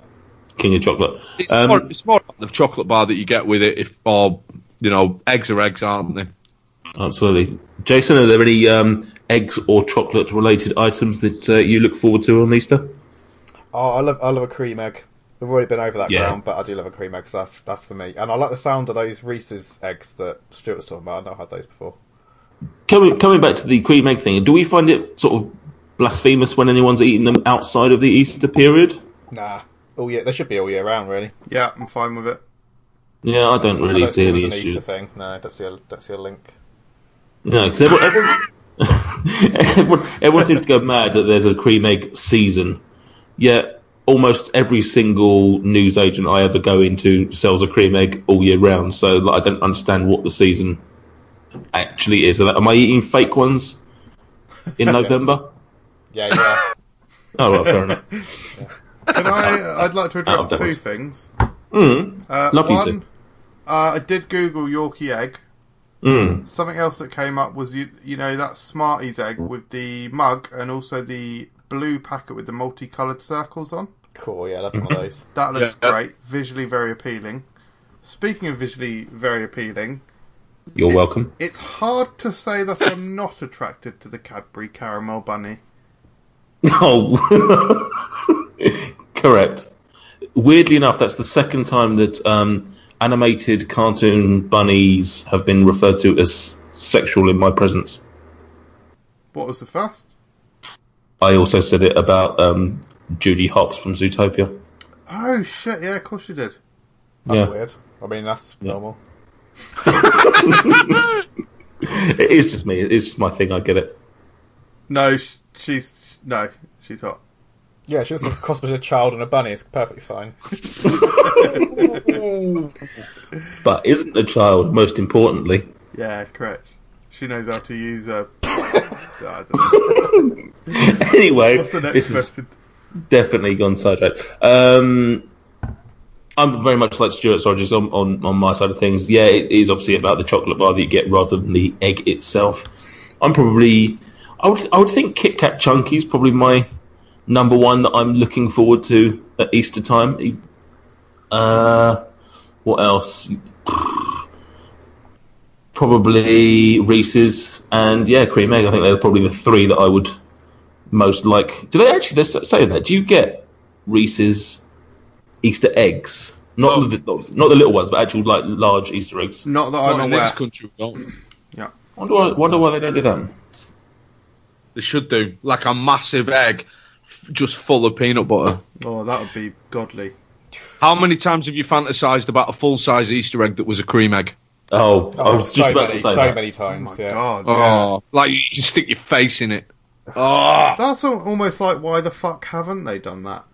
Speaker 3: King of chocolate.
Speaker 4: It's,
Speaker 3: Um,
Speaker 4: more, it's more about the chocolate bar that you get with it, if or you know eggs are eggs, aren't they?
Speaker 3: Absolutely. Jason, are there any um, eggs or chocolate related items that uh, you look forward to on Easter?
Speaker 1: Oh, I love I love a cream egg. We've already been over that
Speaker 3: Yeah.
Speaker 1: ground, but I do love a cream egg. So that's that's for me. And I like the sound of those Reese's eggs that Stuart was talking about. I've not had those before.
Speaker 3: Coming, coming back to the cream egg thing, do we find it sort of blasphemous when anyone's eating them outside of the Easter period?
Speaker 1: Nah, all year they should be all year round, really.
Speaker 2: Yeah, I'm fine with it.
Speaker 3: Yeah, I don't
Speaker 1: I
Speaker 3: really
Speaker 1: don't
Speaker 3: see
Speaker 1: see it
Speaker 3: any
Speaker 1: as an Easter
Speaker 3: issue.
Speaker 1: thing. No, I don't see a don't see a link.
Speaker 3: No, because everyone, everyone, everyone, everyone seems to go mad that there's a cream egg season. Yet almost every single news agent I ever go into sells a cream egg all year round. So like, I don't understand what the season actually is. Am I eating fake ones in November?
Speaker 1: Yeah, yeah.
Speaker 3: Oh, right, fair enough.
Speaker 2: Can I? I'd like to address
Speaker 3: Out of
Speaker 2: two
Speaker 3: doors.
Speaker 2: things.
Speaker 3: Oh, Mm,
Speaker 2: Uh,
Speaker 3: Love you,
Speaker 2: one,
Speaker 3: sir.
Speaker 2: uh, I did Google Yorkie egg.
Speaker 3: mm.
Speaker 2: Something else that came up was you, you know, that Smarties egg with the mug and also the blue packet with the multicoloured circles on.
Speaker 1: cool. Yeah, I love one of those.
Speaker 2: That looks
Speaker 4: Yeah.
Speaker 2: great. Visually very appealing. Speaking of visually very appealing,
Speaker 3: You're welcome.
Speaker 2: it's hard to say that I'm not attracted to the Cadbury caramel bunny.
Speaker 3: Oh, correct. Weirdly enough, that's the second time that um, animated cartoon bunnies have been referred to as sexual in my presence.
Speaker 2: What was the first?
Speaker 3: I also said it about um, Judy Hopps from Zootopia.
Speaker 2: Oh shit! Yeah, of course you did.
Speaker 1: That's
Speaker 3: yeah,
Speaker 1: weird. I mean, that's normal.
Speaker 3: it is just me. It's just my thing. I get it.
Speaker 2: No, sh- she's no, she's hot.
Speaker 1: Yeah, she looks like a cross between a child and a bunny. It's perfectly fine.
Speaker 3: But isn't a child most importantly?
Speaker 2: Yeah, correct. She knows how to use a. I don't know.
Speaker 3: Anyway,
Speaker 2: What's the next
Speaker 3: this is
Speaker 2: question?
Speaker 3: definitely gone sidetracked. Um, I'm very much like Stuart, so just on, on, on my side of things. Yeah, it is obviously about the chocolate bar that you get rather than the egg itself. I'm probably, I would, I would think Kit Kat Chunky's probably my number one that I'm looking forward to at Easter time. Uh, what else? probably Reese's, and yeah, cream egg. I think they're probably the three that I would most like. Do they actually? They're saying that. Do you get Reese's Easter eggs? Not
Speaker 4: Oh.
Speaker 3: the not the little ones, but actual like large Easter eggs.
Speaker 2: Not that
Speaker 4: Not
Speaker 2: I'm
Speaker 4: in this
Speaker 2: aware.
Speaker 4: country, we don't.
Speaker 2: Yeah.
Speaker 3: Wonder why, wonder why they don't do that.
Speaker 4: They should do like a massive egg, f- just full of peanut butter.
Speaker 2: Oh, that would be godly.
Speaker 4: How many times have you fantasized about a full size Easter egg that was a cream egg?
Speaker 3: Oh, I
Speaker 1: Oh,
Speaker 3: was
Speaker 1: so
Speaker 3: just about
Speaker 1: many,
Speaker 3: to
Speaker 1: so
Speaker 3: say that.
Speaker 1: many times.
Speaker 2: My
Speaker 1: yeah.
Speaker 2: God.
Speaker 4: Oh,
Speaker 2: yeah.
Speaker 4: like you can stick your face in it. Oh,
Speaker 2: That's al- almost like why the fuck haven't they done that?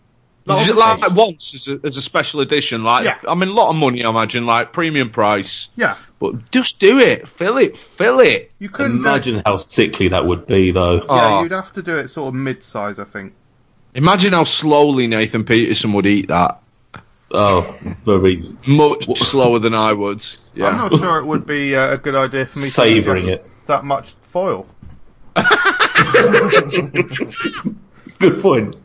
Speaker 4: Is it
Speaker 2: obviously-
Speaker 4: like once as a, as a special edition. Like
Speaker 2: Yeah.
Speaker 4: I mean, a lot of money, I imagine, like premium price.
Speaker 2: yeah,
Speaker 4: But just do it, fill it, fill it.
Speaker 2: you couldn't
Speaker 3: Imagine how sickly that would be, though.
Speaker 2: Do, yeah,
Speaker 4: Oh.
Speaker 2: you'd have to do it sort of mid-size, I think.
Speaker 4: Imagine how slowly Nathan Peterson would eat that.
Speaker 3: Oh, very
Speaker 4: Much slower than I would. Yeah.
Speaker 2: I'm not sure it would be uh, a good idea for me to
Speaker 3: Savouring
Speaker 2: suggest that much foil.
Speaker 3: good point.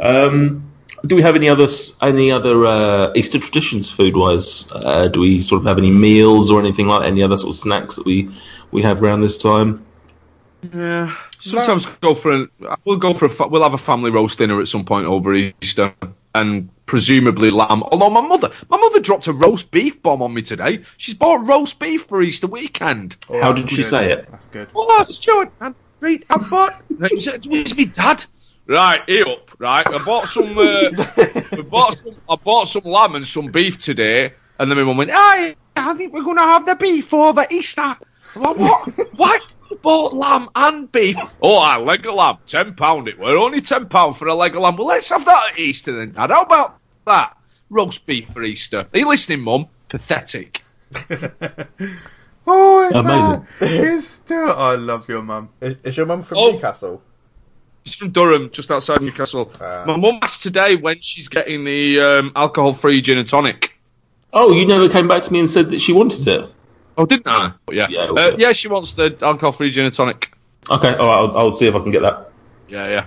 Speaker 3: Um, do we have any other any other uh, Easter traditions, food wise? Uh, do we sort of have any meals or anything like any other sort of snacks that we we have around this time?
Speaker 4: Yeah. Sometimes go for a. We'll go for a. fa- We'll have a family roast dinner at some point over Easter, and presumably lamb. Although my mother, my mother dropped a roast beef bomb on me today. She's bought roast beef for Easter weekend.
Speaker 2: Oh,
Speaker 3: How
Speaker 2: that's
Speaker 3: did she
Speaker 2: good.
Speaker 3: say it?
Speaker 2: That's good.
Speaker 4: Oh, Stuart, I'm great. I bought. It was, it was me dad. Right, eat up. Right, I bought some. Uh, I bought some. I bought some lamb and some beef today, and then my mum went. Aye, I think we're gonna have the beef over Easter. I'm like, what? what? You Bought lamb and beef. Oh, I leg of lamb, ten pound. It were only ten pound for a leg of lamb. Well, let's have that at Easter then. Dad, how about that? Roast beef for Easter. Are you listening, mum? Pathetic.
Speaker 2: Oh, it's
Speaker 3: Amazing.
Speaker 2: Amazing. it's still. I love your mum.
Speaker 1: Is, is your mum from
Speaker 4: Oh.
Speaker 1: Newcastle?
Speaker 4: She's from Durham, just outside Newcastle.
Speaker 3: Uh.
Speaker 1: Ah.
Speaker 4: My mum asked today when she's getting the um, alcohol-free gin and tonic.
Speaker 3: Oh, you never came back to me and said that she wanted it.
Speaker 4: Oh, didn't I? But yeah,
Speaker 3: Ah. Yeah,
Speaker 4: yeah,
Speaker 3: okay.
Speaker 4: uh, yeah. She wants the alcohol-free gin and tonic.
Speaker 3: Okay, all right, I'll, I'll see if I can get that.
Speaker 4: Yeah, yeah.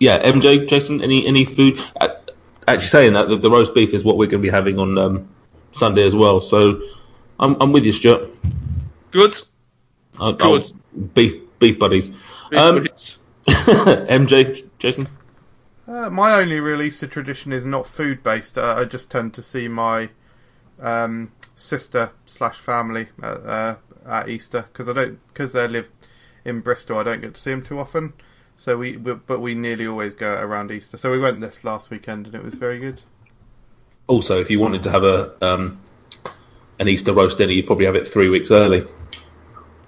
Speaker 3: Yeah, MJ, Jason, any any food? uh, Actually, saying that the, the roast beef is what we're going to be having on um, Sunday as well. So I'm I'm with you, Stuart.
Speaker 4: Good.
Speaker 3: I,
Speaker 4: Good.
Speaker 3: I'll- beef beef buddies. Um, MJ, Jason.
Speaker 2: Uh, my only real Easter tradition is not food based. Uh, I just tend to see my um, sister slash family at, uh, at Easter because I don't because they live in Bristol. I don't get to see them too often. So we, we but we nearly always go around Easter. So we went this last weekend and it was very good.
Speaker 3: Also, if you wanted to have a um, an Easter roast dinner, you'd probably have it three weeks early.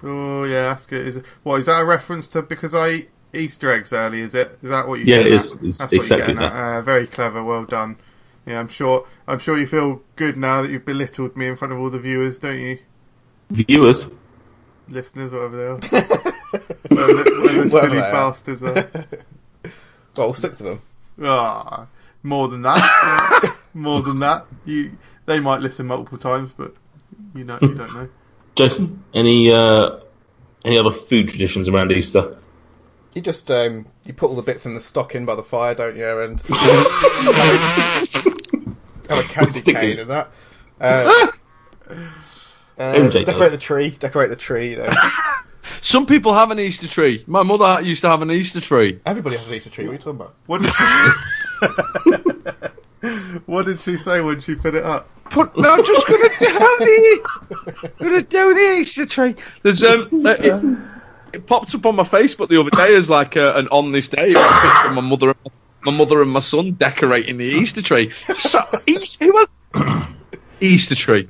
Speaker 2: Oh yeah, that's good. Is it, what is that a reference to? Because I eat Easter eggs early. Is it? Is that what you?
Speaker 3: Yeah,
Speaker 2: getting at?
Speaker 3: it is. It's
Speaker 2: That's what you're
Speaker 3: exactly
Speaker 2: getting at. Uh, very clever. Well done. Yeah, I'm sure. I'm sure you feel good now that you've belittled me in front of all the viewers, don't you?
Speaker 3: Viewers,
Speaker 2: Listeners, whatever they are. whatever the, whatever the
Speaker 1: Whatever
Speaker 2: silly
Speaker 1: they are.
Speaker 2: bastards are.
Speaker 1: Well, six of them.
Speaker 2: Ah, more than that. more than that. You. They might listen multiple times, but you know, you don't know.
Speaker 3: Jason, any uh, any other food traditions around Easter?
Speaker 1: You just um, you put all the bits in the stocking by the fire, don't you? And have a candy
Speaker 3: Stick it.
Speaker 1: cane and that. Uh, uh,
Speaker 3: MJ does.
Speaker 1: decorate the tree. Decorate the tree. You know.
Speaker 4: Some people have an Easter tree. My mother used to have an Easter tree.
Speaker 1: Everybody has an Easter tree. What are you talking about?
Speaker 2: What did she? what did she say when she put it up?
Speaker 4: Put, no, I'm just gonna do the, gonna do the Easter tree. There's um, uh, it, it popped up on my Facebook the other day as like uh an on this day. It was a picture of my mother, and my, my mother and my son decorating the Easter tree. So, Easter, who was Easter tree?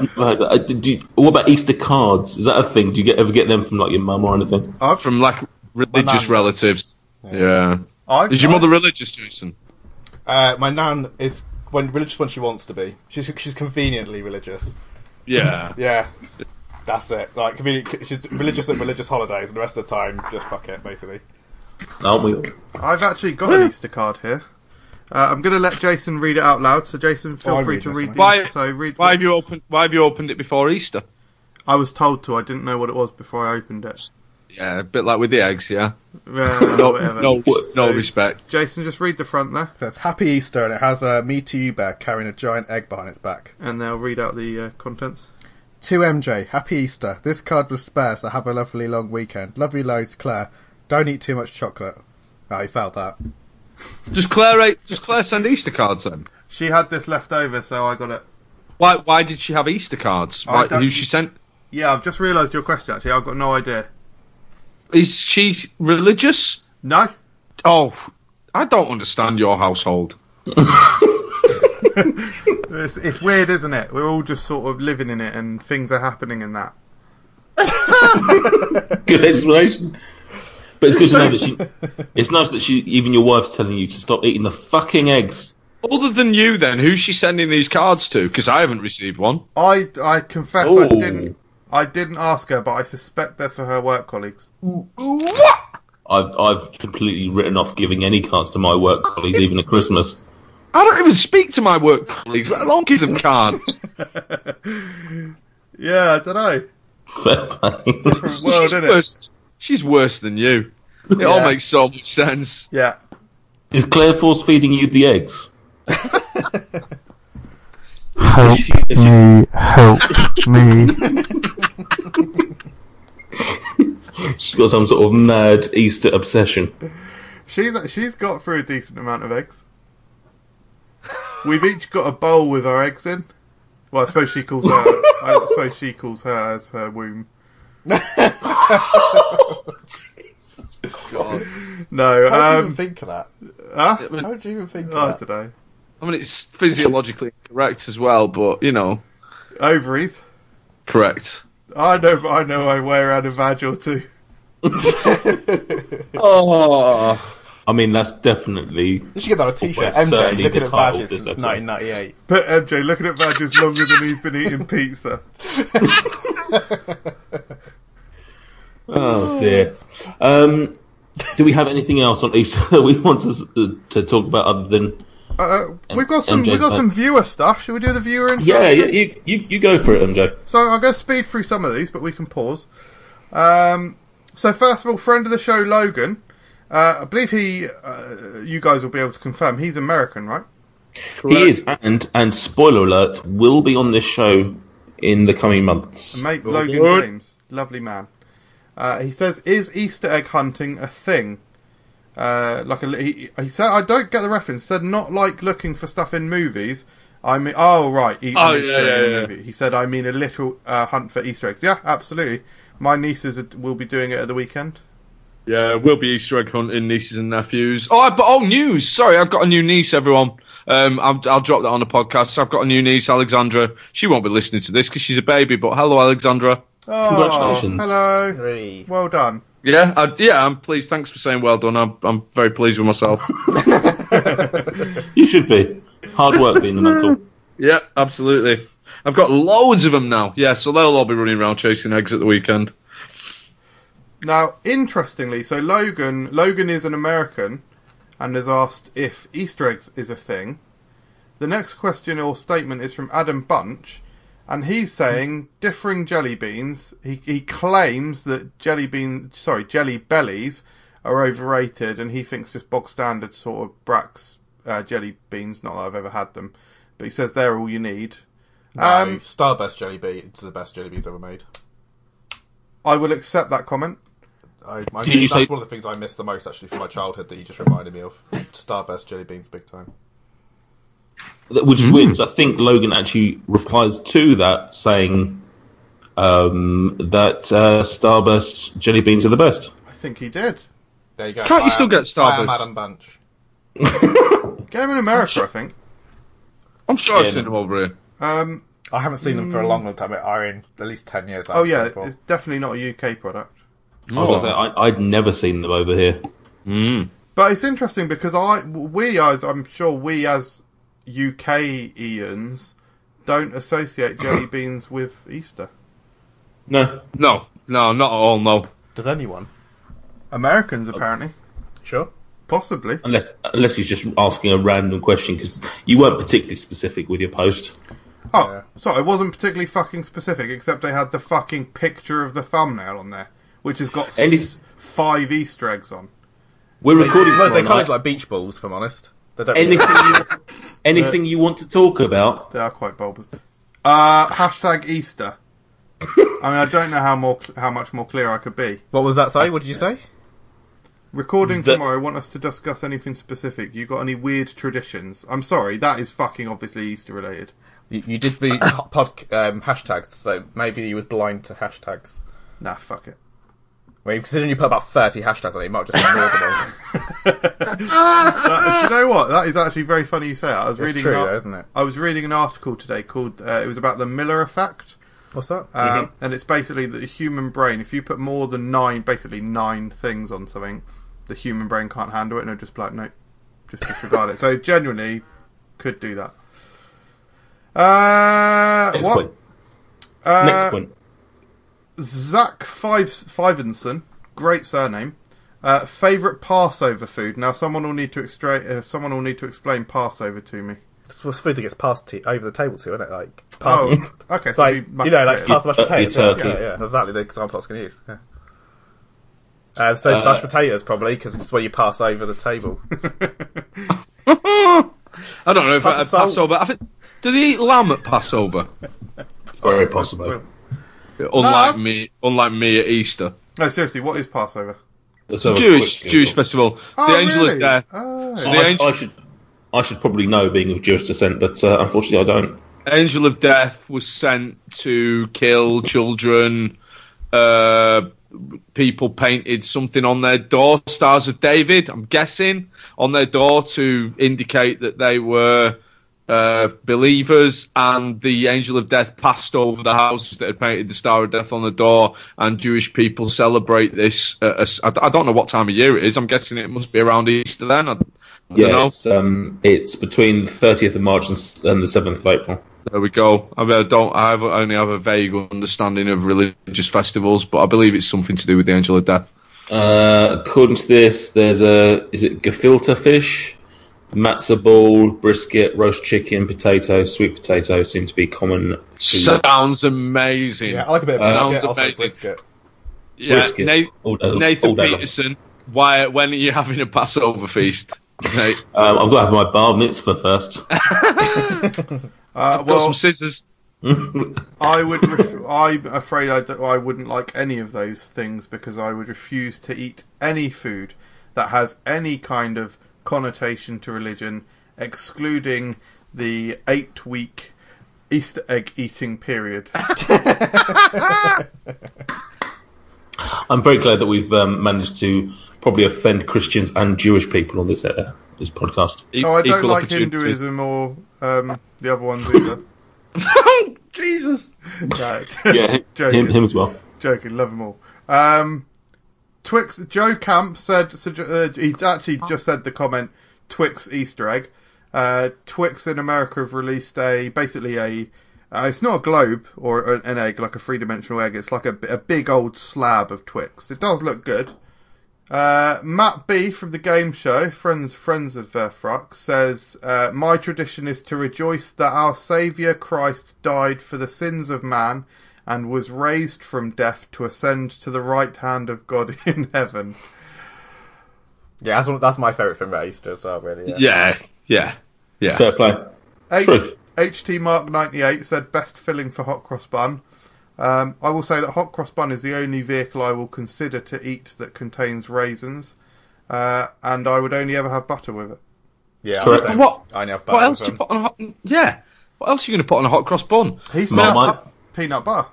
Speaker 3: I've never heard that. Uh, did you, what about Easter cards? Is that a thing? Do you get, ever get them from like your mum or anything?
Speaker 2: I've
Speaker 4: from like religious
Speaker 1: nan.
Speaker 4: relatives. Yeah.
Speaker 2: I've,
Speaker 4: Is your mother religious, Jason?
Speaker 1: Uh, my nan is when religious when she wants to be. She's she's conveniently religious.
Speaker 4: Yeah.
Speaker 1: Yeah, that's it. Like convenient. She's religious at religious holidays, and the rest of the time just fuck it, basically.
Speaker 3: Aren't we?
Speaker 2: I've actually got an Easter card here. Uh, I'm going to let Jason read it out loud. So Jason, feel
Speaker 1: Oh, I
Speaker 2: free
Speaker 1: read
Speaker 2: to
Speaker 1: this
Speaker 2: read.
Speaker 1: one.
Speaker 2: The,
Speaker 4: Why-
Speaker 2: so read.
Speaker 4: Why have you opened? Why have you opened it before Easter?
Speaker 2: I was told to. I didn't know what it was before I opened it.
Speaker 4: Yeah, a bit like with the eggs. Yeah.
Speaker 2: Uh,
Speaker 4: No,
Speaker 2: whatever.
Speaker 4: no, no
Speaker 2: So,
Speaker 4: respect.
Speaker 2: Jason, just read the front there,
Speaker 1: So it's Happy Easter, and it has a me to you bear carrying a giant egg behind its back.
Speaker 2: and they'll read out the uh, contents.
Speaker 1: To MJ, happy Easter. This card was spare, so have a lovely long weekend. Love you loads, Claire. Don't eat too much chocolate. Oh, he felt that.
Speaker 4: Does Claire eh, does Claire send Easter cards then?
Speaker 2: She had this left over, so I got it.
Speaker 4: Why why did she have Easter cards?
Speaker 2: I
Speaker 4: Why,
Speaker 2: don't-
Speaker 4: who she sent?
Speaker 2: Yeah, I've just realised your question. Actually, I've got no idea.
Speaker 4: Is she religious?
Speaker 2: No,
Speaker 4: Oh, I don't understand your household.
Speaker 2: it's, it's weird, isn't it? We're all just sort of living in it, and things are happening in that.
Speaker 3: Good explanation. But it's good to know that she. It's nice that she, even your wife's telling you to stop eating the fucking eggs.
Speaker 4: Other than you, then, who's she sending these cards to? Because I haven't received one.
Speaker 2: I I confess I
Speaker 3: Ooh.
Speaker 2: didn't I didn't ask her, but I suspect they're for her work colleagues.
Speaker 4: What?
Speaker 3: I've I've completely written off giving any cards to my work colleagues, even at Christmas.
Speaker 4: I don't even speak to my work colleagues, let alone give them cards.
Speaker 2: Yeah, I don't know.
Speaker 3: Fair play.
Speaker 2: Different world,
Speaker 4: she's,
Speaker 2: isn't it?
Speaker 4: worse, she's worse than you. It all
Speaker 2: Yeah.
Speaker 4: makes so much sense.
Speaker 2: Yeah.
Speaker 3: Is Claire force feeding you the eggs?
Speaker 5: Help
Speaker 3: Is she- is she-
Speaker 5: me, help me.
Speaker 3: she's got some sort of mad Easter obsession.
Speaker 2: She's she's got through a decent amount of eggs. We've each got a bowl with our eggs in. Well, I suppose she calls her. I suppose she calls hers her womb. No,
Speaker 1: How do you even
Speaker 2: um,
Speaker 1: think of that?
Speaker 2: huh?
Speaker 4: I mean,
Speaker 1: How do you even think of
Speaker 3: oh,
Speaker 2: I
Speaker 1: that?
Speaker 2: don't know.
Speaker 4: I mean, it's physiologically correct as well, but you know,
Speaker 2: Ovaries.
Speaker 4: correct.
Speaker 2: I know. I know my way around a vag or two.
Speaker 3: Oh. I mean, that's definitely.
Speaker 1: You should get that on a t-shirt.
Speaker 3: Almost
Speaker 1: MJ,
Speaker 3: certainly
Speaker 1: looking
Speaker 3: the
Speaker 1: at
Speaker 3: title
Speaker 1: badges
Speaker 3: of this
Speaker 1: since
Speaker 3: episode.
Speaker 1: 1998.
Speaker 2: But MJ, looking at vag is longer than he's been eating pizza.
Speaker 3: Oh dear. Um, do we have anything else on Easter that we want to s- uh, to talk about other than?
Speaker 2: Uh, we've got some.
Speaker 3: MJ
Speaker 2: We've got
Speaker 3: 's
Speaker 2: some viewer stuff. Should we do the viewer intro?
Speaker 3: Yeah, yeah. You you, you go for it, MJ.
Speaker 2: So I'm going to speed through some of these, but we can pause. Um, so first of all, friend of the show Logan, uh, I believe he, uh, you guys will be able to confirm he's American, right?
Speaker 3: He is, and and spoiler alert, will be on this show in the coming months.
Speaker 2: Mate Logan
Speaker 4: Lord.
Speaker 2: James, lovely man. Uh, he says, "Is Easter egg hunting a thing?" Uh, like a, li- he, he said, "I don't get the reference." Said, "Not like looking for stuff in movies." I mean, oh right, eat
Speaker 4: Oh,
Speaker 2: an
Speaker 4: yeah,
Speaker 2: Easter egg in a
Speaker 4: yeah, yeah.
Speaker 2: movie. He said, "I mean a literal uh, hunt for Easter eggs." Yeah, absolutely. My nieces are- will be doing it at the weekend.
Speaker 4: Yeah, we'll be Easter egg hunting nieces and nephews. Oh, I, but oh, news! Sorry, I've got a new niece. Everyone, um, I'll, I'll drop that on the podcast. I've got a new niece, Alexandra. She won't be listening to this because she's a baby. But hello, Alexandra.
Speaker 2: Oh,
Speaker 3: Congratulations.
Speaker 2: Hello.
Speaker 1: Three.
Speaker 2: Well done.
Speaker 4: Yeah, I, yeah, I'm pleased. Thanks for saying well done. I'm, I'm very pleased with myself.
Speaker 3: You should be hard work being an uncle.
Speaker 4: yeah, absolutely. I've got loads of them now. Yeah, so they'll all be running around chasing eggs at the weekend.
Speaker 2: Now, interestingly, so Logan Logan is an American and has asked if Easter eggs is a thing. The next question or statement is from Adam Bunch, and he's saying differing jelly beans. He he claims that jelly bean sorry jelly bellies are overrated, and he thinks just bog standard sort of Brax uh, jelly beans. Not that I've ever had them, but he says they're all you need.
Speaker 1: Um, Starburst jelly bean. It's the best jelly beans ever made.
Speaker 2: I will accept that comment.
Speaker 1: I, I
Speaker 3: Did you
Speaker 1: that's
Speaker 3: say-
Speaker 1: one of the things I miss the most actually from my childhood that you just reminded me of. Starburst jelly beans, big time.
Speaker 3: That- Which is weird. 'cause I think Logan actually replies to that saying um, that uh, Starburst jelly beans are the best.
Speaker 2: I think he did.
Speaker 1: There you go.
Speaker 4: Can't you
Speaker 1: I
Speaker 4: still
Speaker 1: am-
Speaker 4: get Starburst?
Speaker 1: I am Adam Bunch.
Speaker 2: Get him in America, I think.
Speaker 4: I'm sure
Speaker 3: Yeah.
Speaker 4: I've seen them over here.
Speaker 2: Um,
Speaker 1: I haven't seen them for a long, long time. I mean, at least ten years. I
Speaker 2: oh
Speaker 1: haven't
Speaker 2: yeah,
Speaker 1: seen them
Speaker 2: it's definitely not a UK product.
Speaker 4: Oh.
Speaker 3: I was gonna say, I, I'd never seen them over here.
Speaker 2: But it's interesting because I, we as I'm sure we as UKians don't associate jelly beans with Easter.
Speaker 3: No,
Speaker 4: no, no, not at all. No.
Speaker 1: before. Does anyone?
Speaker 2: Americans apparently,
Speaker 1: Sure.
Speaker 2: Oh. possibly.
Speaker 3: unless unless he's just asking a random question because you weren't particularly specific with your post.
Speaker 2: Oh,
Speaker 1: Yeah.
Speaker 2: sorry, it wasn't particularly fucking specific, except they had the fucking picture of the thumbnail on there, which has got
Speaker 3: Any-
Speaker 2: s- five Easter eggs on.
Speaker 3: We're recording
Speaker 1: Well, they kind
Speaker 3: tomorrow
Speaker 1: of
Speaker 3: night.
Speaker 1: like beach balls, if I'm honest. They don't.
Speaker 3: anything you, anything you want to talk about.
Speaker 2: They are quite bulbous. Uh, hashtag Easter. I mean, I don't know how more how much more clear I could be.
Speaker 1: What was that say? What did you say?
Speaker 2: Recording
Speaker 3: The-
Speaker 2: tomorrow. Want us to discuss anything specific? You got any weird traditions? I'm sorry, that is fucking obviously Easter related.
Speaker 1: You, you did be pod um, hashtags, so maybe he was blind to hashtags.
Speaker 2: Nah, fuck it.
Speaker 1: I mean, considering you put about thirty hashtags on it, you might have just ignore them. all.
Speaker 2: That- do you know what? That is actually very funny you say that. I was
Speaker 1: It's
Speaker 2: reading.
Speaker 1: true,
Speaker 2: an ar-
Speaker 1: though, isn't it?
Speaker 2: I was reading an article today called. Uh, it was about the Miller effect.
Speaker 1: What's that?
Speaker 2: Um,
Speaker 1: Mm-hmm.
Speaker 2: And it's basically that the human brain, if you put more than nine, basically nine things on something, the human brain can't handle it and it'll just be like, no, just disregard it. So genuinely, could do that. Uh,
Speaker 3: Next
Speaker 2: what?
Speaker 3: point.
Speaker 2: Uh,
Speaker 3: Next point.
Speaker 2: Zach Fives- Fivenson, great surname. Uh, favorite Passover food. Now, someone will need to extra- uh, someone will need to explain Passover to me.
Speaker 1: It's it's food that gets passed to, over the table to, isn't it? Like pass,
Speaker 2: Oh, okay.
Speaker 1: it's
Speaker 2: So
Speaker 1: like
Speaker 2: we must-
Speaker 1: you know, like pass the mashed
Speaker 3: turkey,
Speaker 1: potatoes.
Speaker 3: turkey.
Speaker 1: Yeah, yeah, exactly the example I was going to use. Yeah. Um, so
Speaker 3: Uh,
Speaker 1: mashed potatoes probably because it's where you pass over the table.
Speaker 4: I don't know if
Speaker 1: Pass
Speaker 4: at
Speaker 1: the salt.
Speaker 4: Passover. I think, do they eat lamb at Passover?
Speaker 3: Very possible.
Speaker 2: Well,
Speaker 4: Unlike me, unlike me at Easter,
Speaker 2: no, seriously, what is Passover?
Speaker 3: Let's have a
Speaker 4: Jewish
Speaker 3: quick
Speaker 4: Jewish
Speaker 3: Google.
Speaker 4: festival.
Speaker 2: Oh,
Speaker 4: the angel
Speaker 2: really?
Speaker 4: is there.
Speaker 2: Oh.
Speaker 4: So the
Speaker 3: I,
Speaker 4: angel,
Speaker 3: I should, I should probably know, being of Jewish descent, but uh, unfortunately, I don't.
Speaker 4: angel of death was sent to kill children. Uh, people painted something on their door, stars of David. I'm guessing on their door to indicate that they were uh, believers. And the angel of death passed over the houses that had painted the star of death on the door. And Jewish people celebrate this. Uh, as- I, I don't know what time of year it is. I'm guessing it must be around Easter then. I, I don't
Speaker 3: Yeah,
Speaker 4: know.
Speaker 3: it's, um, it's between the 30th of March and, s- and the 7th of April.
Speaker 4: There we go. I, mean, I don't. I have, only have a vague understanding of religious festivals, but I believe it's something to do with the Angel of Death.
Speaker 3: Uh, according to this, there's a is it gefilte fish, matzo ball, brisket, roast chicken, potato, sweet potato seem to be common. food.
Speaker 4: Sounds amazing.
Speaker 1: yeah, I like a bit of
Speaker 3: Uh,
Speaker 1: brisket.
Speaker 4: sounds
Speaker 1: Also
Speaker 4: amazing.
Speaker 1: brisket.
Speaker 4: Yeah,
Speaker 3: brisket.
Speaker 4: Na-
Speaker 3: all day- all
Speaker 4: Nathan
Speaker 3: day long.
Speaker 4: Peterson. Why? When are you having a Passover feast? Nate,
Speaker 3: Um, I've got to have my bar mitzvah first.
Speaker 2: Uh,
Speaker 4: got
Speaker 2: well,
Speaker 4: some scissors.
Speaker 2: I would. Ref- I'm afraid I, don't- I wouldn't like any of those things because I would refuse to eat any food that has any kind of connotation to religion, excluding the eight-week Easter egg eating period.
Speaker 3: I'm very glad that we've um, managed to probably offend Christians and Jewish people on this uh, this podcast.
Speaker 4: E-
Speaker 2: No, I don't
Speaker 4: equal
Speaker 2: like
Speaker 4: opportunity.
Speaker 2: Hinduism or um, the other ones either.
Speaker 4: Jesus.
Speaker 2: No,
Speaker 3: Yeah, him,
Speaker 2: joking.
Speaker 3: him as well.
Speaker 2: Joking, love them all. Um, Twix Joe Camp said sugge- uh, he's actually just said the comment Twix Easter egg. Uh, Twix in America have released a basically a uh, it's not a globe or an- an egg like a three dimensional egg. It's like a, a big old slab of Twix. It does look good. Uh, Matt B from the game show, friends friends of uh, Fruck, says, uh, "My tradition is to rejoice that our Saviour Christ died for the sins of man, and was raised from death to ascend to the right hand of God in heaven."
Speaker 1: Yeah, that's, one, that's my favourite thing about Easter as well. Really. Yeah.
Speaker 4: Yeah, yeah, yeah.
Speaker 3: Fair play.
Speaker 2: H-
Speaker 3: Truth.
Speaker 2: HT Mark ninety eight said, "Best filling for hot cross bun." Um, I will say that hot cross bun is the only vehicle I will consider to eat that contains raisins, uh, and I would only ever have butter with it.
Speaker 1: Yeah,
Speaker 3: Correct.
Speaker 1: I'm the same.
Speaker 4: What?
Speaker 1: I know.
Speaker 4: What else do you put on a hot? Yeah. What else are you going to put on a hot cross bun?
Speaker 2: He said
Speaker 3: Marmite.
Speaker 2: peanut butter.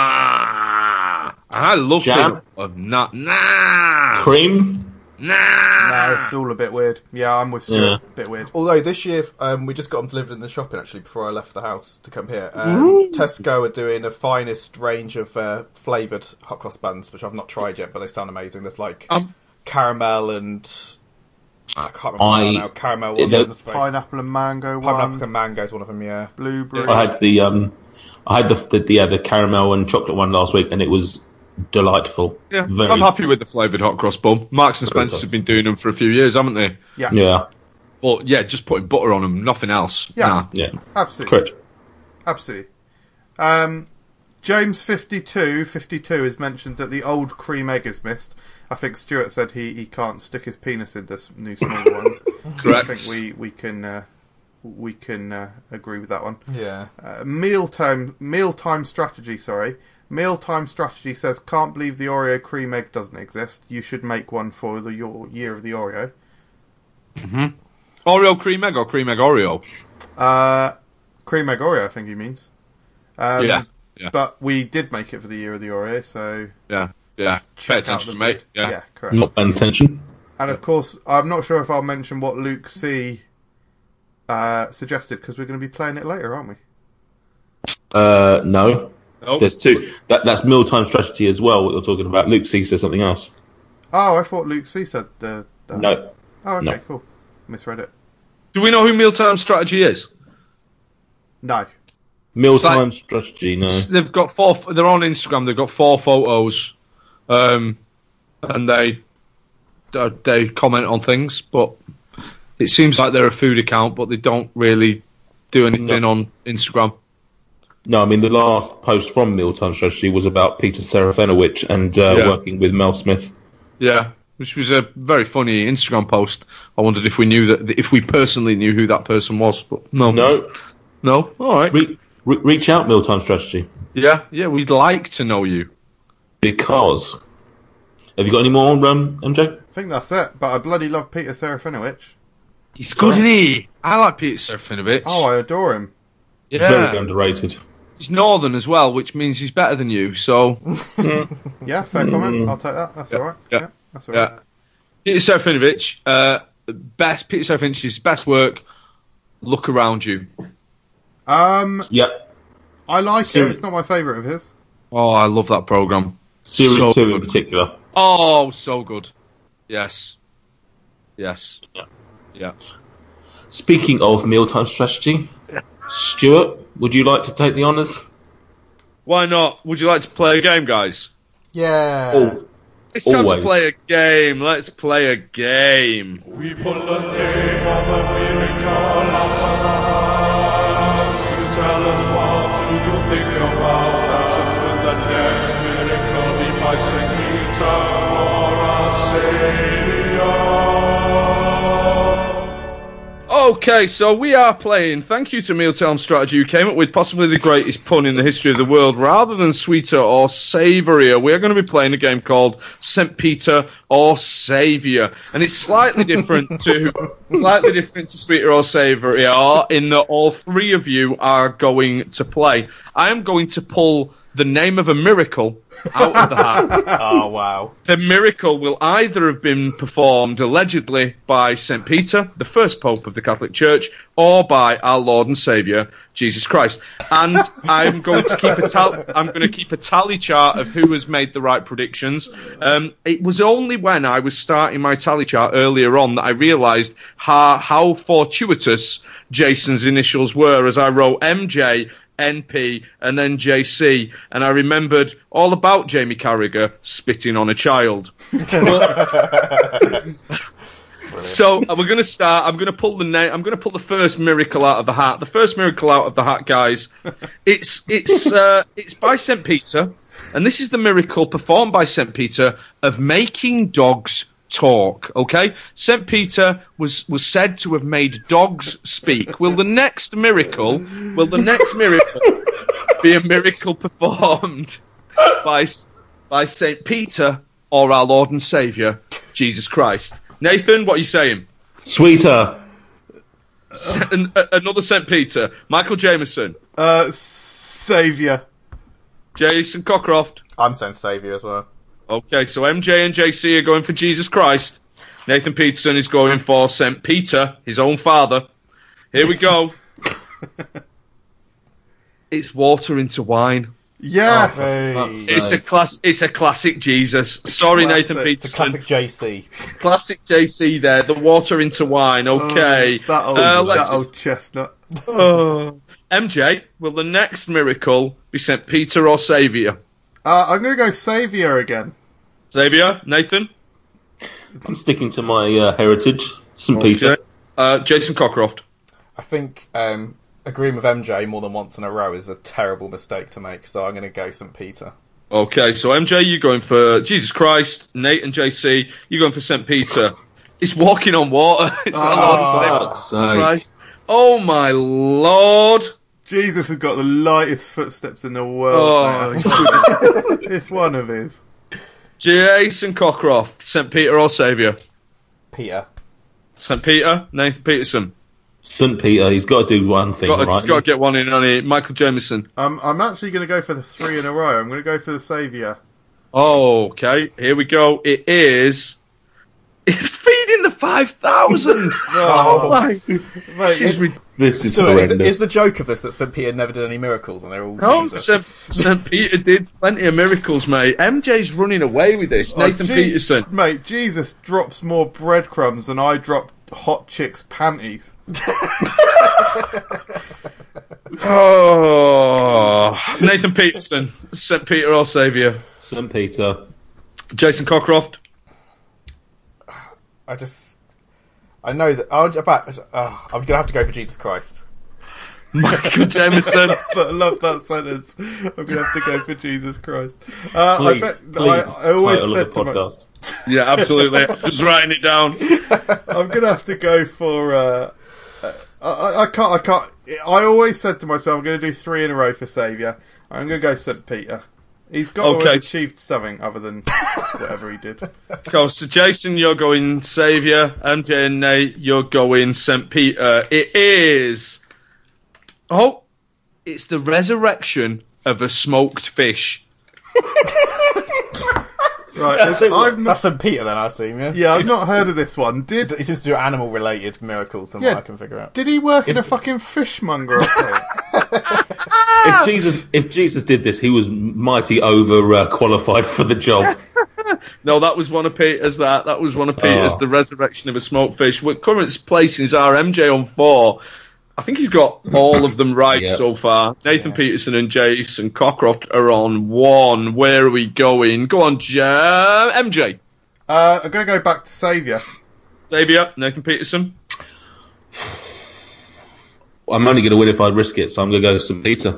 Speaker 4: Nah. I love
Speaker 3: Jam?
Speaker 4: peanut butter. Nah. Nah.
Speaker 3: Cream.
Speaker 2: No,
Speaker 1: Ah.
Speaker 4: Nah.
Speaker 2: it's all a bit weird. Yeah, I'm with Stuart.
Speaker 3: Yeah.
Speaker 2: Bit weird.
Speaker 1: Although this year um, we just got them delivered in the shopping actually before I left the house to come here. Um, Tesco are doing a finest range of uh, flavoured hot cross buns, which I've not tried yet, but they sound amazing. There's like
Speaker 4: Um,
Speaker 1: caramel and I can't remember
Speaker 3: I-
Speaker 1: what they are now. Caramel
Speaker 3: it-
Speaker 1: ones,
Speaker 3: the-
Speaker 1: I suppose.
Speaker 2: Pineapple and mango
Speaker 1: pineapple
Speaker 2: one.
Speaker 1: and mango is one of them. Yeah,
Speaker 2: Blueberry.
Speaker 3: I had the um, I had the the, the, yeah, the caramel and chocolate one last week, and it was delightful.
Speaker 4: Yeah,
Speaker 3: Very-
Speaker 4: I'm happy with the flavoured hot cross bun. Marks and
Speaker 3: Very
Speaker 4: Spencer's
Speaker 3: good.
Speaker 4: have been doing them for a few years, haven't they?
Speaker 2: Yeah,
Speaker 3: Yeah,
Speaker 4: Well, yeah, just putting butter on them, nothing else.
Speaker 2: Yeah.
Speaker 4: Nah.
Speaker 3: yeah,
Speaker 2: absolutely.
Speaker 3: correct.
Speaker 2: Absolutely. Um, James 52, 52 is mentioned that the old cream egg is missed. I think Stuart said he, he can't stick his penis in this new small ones.
Speaker 4: Correct.
Speaker 2: I think we, we can uh, we can uh, agree with that one.
Speaker 1: Yeah.
Speaker 2: Uh, mealtime mealtime strategy. Sorry, mealtime strategy says can't believe the Oreo cream egg doesn't exist. You should make one for the your year of the Oreo.
Speaker 4: Oreo cream egg or cream egg Oreo?
Speaker 2: Uh, cream egg Oreo, I think he means. Um,
Speaker 4: yeah, yeah.
Speaker 2: But we did make it for the year of the Oreo, so
Speaker 4: yeah, yeah. Pay
Speaker 2: check out
Speaker 4: attention,
Speaker 2: the
Speaker 4: mate.
Speaker 2: food.
Speaker 4: Yeah.
Speaker 2: correct.
Speaker 3: Not paying attention.
Speaker 2: And of course, I'm not sure if I'll mention what Luke C uh, suggested because we're going to be playing it later, aren't we?
Speaker 3: Uh, no.
Speaker 4: Oh.
Speaker 3: There's two. That, that's mealtime strategy as well, what you're talking about. Luke C says something else.
Speaker 2: Oh, I thought Luke C said uh, that.
Speaker 3: No.
Speaker 2: Oh, okay,
Speaker 3: no.
Speaker 2: cool. Misread it.
Speaker 4: Do we know who mealtime strategy is?
Speaker 2: No.
Speaker 3: Mealtime strategy, no.
Speaker 4: They've got four. They're on Instagram. They've got four photos, um, and they uh, they comment on things. But it seems like they're a food account, but they don't really do anything on Instagram.
Speaker 3: No, I mean, the last post from mealtime strategy was about Peter Serafinovich and uh,
Speaker 4: Yeah.
Speaker 3: working with Mel Smith.
Speaker 4: Yeah, which was a very funny Instagram post. I wondered if we knew that if we personally knew who that person was, but no,
Speaker 3: No.
Speaker 4: no. All right.
Speaker 3: Re- re- reach out, mealtime strategy.
Speaker 4: yeah, yeah. We'd like to know you.
Speaker 3: Because. Have you got any more, um, MJ?
Speaker 2: I think that's it, but I bloody love Peter Serafinovich.
Speaker 4: He's good, isn't he? I like Peter Serafinovich.
Speaker 2: Oh, I adore him.
Speaker 3: Very
Speaker 4: yeah,
Speaker 3: underrated.
Speaker 4: he's northern as well, which means he's better than you. So
Speaker 2: Yeah, fair comment. I'll take that. That's all right.
Speaker 4: yeah,
Speaker 2: Mm. Yeah, that's all right.
Speaker 4: Yeah. Peter Serafinovich, uh, best Peter Serafinovic's best work. Look around you.
Speaker 2: Um,
Speaker 3: Yep.
Speaker 2: I like it.
Speaker 3: Serious.
Speaker 2: It's not my favourite of his.
Speaker 4: Oh, I love that program.
Speaker 3: Series
Speaker 4: So
Speaker 3: 2 in
Speaker 4: good.
Speaker 3: particular.
Speaker 4: Oh, so good. Yes, yes.
Speaker 3: Speaking of mealtime strategy, Stuart, would you like to take the honours?
Speaker 4: Why not? Would you like to play a game, guys?
Speaker 1: Yeah.
Speaker 3: Oh,
Speaker 4: It's time
Speaker 3: Always.
Speaker 4: to play a game. Let's play a game.
Speaker 6: We pull the name of a miracle out of us. You tell us what do you think about that? Will the next miracle be by Saint Peter or our Savior?
Speaker 4: Okay, so we are playing. Thank you to Mealtime Strategy, who came up with possibly the greatest pun in the history of the world. Rather than sweeter or savourier, we are going to be playing a game called Saint Peter or Saviour, and it's slightly different to slightly different to sweeter or savourier. In that, all three of you are going to play. I am going to pull the name of a miracle out of the hat.
Speaker 1: Oh, wow.
Speaker 4: The miracle will either have been performed allegedly by St. Peter, the first Pope of the Catholic Church, or by our Lord and Saviour, Jesus Christ. And I'm going to keep a tally, I'm going to keep a tally chart of who has made the right predictions. Um, it was only when I was starting my tally chart earlier on that I realised how, how fortuitous Jason's initials were as I wrote MJ NP, and then JC, and I remembered all about Jamie Carragher spitting on a child. so uh, we're going to start. I'm going to pull the name. I'm going to pull the first miracle out of the hat. The first miracle out of the hat, guys. It's it's uh, it's by Saint Peter, and this is the miracle performed by Saint Peter of making dogs talk. Okay, Saint Peter was was said to have made dogs speak. Will the next miracle? Will the next miracle be a miracle performed by by Saint Peter or our Lord and Saviour Jesus Christ? Nathan, what are you saying?
Speaker 3: sweeter.
Speaker 2: Oh.
Speaker 4: An- a- another Saint Peter, Michael Jameson,
Speaker 2: Uh, Saviour.
Speaker 4: Jason Cockcroft.
Speaker 1: I'm saying Saviour as well.
Speaker 4: Okay, so MJ and JC are going for Jesus Christ. Nathan Peterson is going for St. Peter, his own father. Here we go. it's water into wine.
Speaker 2: Yeah.
Speaker 4: It's a class. It's a classic Jesus. Sorry,
Speaker 2: Classic.
Speaker 4: Nathan
Speaker 2: It's
Speaker 1: It's a
Speaker 4: Peterson.
Speaker 1: classic JC.
Speaker 4: classic. JC there. The water into wine. Okay.
Speaker 2: Oh, that old,
Speaker 4: Uh,
Speaker 2: that
Speaker 4: let's-
Speaker 2: old chestnut.
Speaker 4: Oh. MJ, will the next miracle be St. Peter or Saviour?
Speaker 2: Uh, I'm going to go Saviour again.
Speaker 4: Saviour, Nathan,
Speaker 3: I'm sticking to my uh, heritage, St. Peter.
Speaker 4: uh, Jason Cockcroft.
Speaker 1: I think um, agreeing with MJ more than once in a row is a terrible mistake to make, so I'm going to go St. Peter.
Speaker 4: Okay, so MJ, you're going for Jesus Christ. Nate and JC,
Speaker 3: Ah.
Speaker 4: you're going for St. Peter. It's walking on water. It's
Speaker 2: Oh,
Speaker 4: oh,
Speaker 3: Fuck's sake.
Speaker 4: Christ. Oh my lord!
Speaker 2: Jesus has got the lightest footsteps in the
Speaker 4: Oh.
Speaker 2: world. it's one of his.
Speaker 4: Jason Cockcroft, St. Peter or Saviour?
Speaker 1: Peter.
Speaker 4: St. Peter, Nathan Peterson.
Speaker 3: St. Peter, he's got to do one thing,
Speaker 4: Got to,
Speaker 3: right?
Speaker 4: got to get one in on it. Michael Jameson.
Speaker 2: Um, I'm actually going to go for the three in a row. I'm going to go for the saviour.
Speaker 4: Oh, okay. Here we go. It is. It's feeding the 5,000!
Speaker 2: Oh,
Speaker 4: Like, this is
Speaker 2: mate,
Speaker 4: ridiculous.
Speaker 3: This is
Speaker 1: So is,
Speaker 3: horrendous.
Speaker 1: is the joke of this that St. Peter never did any miracles and they're all
Speaker 4: No,
Speaker 1: Jesus?
Speaker 4: St. St. Peter did plenty of miracles, mate. MJ's running away with this.
Speaker 2: oh,
Speaker 4: Nathan
Speaker 2: Je-
Speaker 4: Peterson.
Speaker 2: Mate, Jesus drops more breadcrumbs than I drop hot chicks' panties.
Speaker 4: Oh, Nathan Peterson, St. Peter or Saviour.
Speaker 3: St. Peter.
Speaker 4: Jason Cockcroft.
Speaker 1: I just. I know that. I'll, about, oh, I'm going to have to go for Jesus Christ.
Speaker 4: Michael Jameson.
Speaker 2: I love that sentence. I'm going to have to go for Jesus Christ. Uh,
Speaker 3: Please,
Speaker 2: I, bet,
Speaker 3: please,
Speaker 2: I, I always
Speaker 3: title
Speaker 2: said
Speaker 3: of the
Speaker 2: to my,
Speaker 3: podcast.
Speaker 4: Yeah, absolutely. Just writing it down.
Speaker 2: I'm gonna have to go for. Uh, I, I- I can't. I can't. I always said to myself, I'm gonna do three in a row for Saviour. I'm gonna go St Peter. He's got to
Speaker 4: Okay.
Speaker 2: have achieved something other than whatever he did.
Speaker 4: Cool. So, Jason, you're going Saviour. MJ and Nate, you're going St. Peter. It is. Oh, it's the resurrection of a smoked fish.
Speaker 2: Right. this- I've not.
Speaker 1: That's St. Peter, then, I assume, yeah?
Speaker 2: Yeah, I've not heard of this one. Did
Speaker 1: He seems to do animal related miracles from
Speaker 2: Yeah.
Speaker 1: what I can figure out.
Speaker 2: did he work in a fucking fishmonger? Or something?
Speaker 3: If Jesus, if Jesus did this, he was mighty over uh, qualified for the job.
Speaker 4: No, that was one of Peter's. That that was one of Peter's.
Speaker 3: Oh.
Speaker 4: The resurrection of a smoked fish. With current placings are MJ on four. I think he's got all of them right
Speaker 3: Yeah.
Speaker 4: so far. Nathan Peterson and Jason Cockcroft are on one. Where are we going? Go on, Ja- MJ.
Speaker 2: uh, I'm gonna go back to Saviour.
Speaker 4: Xavier, Nathan Peterson.
Speaker 3: I'm only going to win if I risk it, so I'm going to go to St. Peter.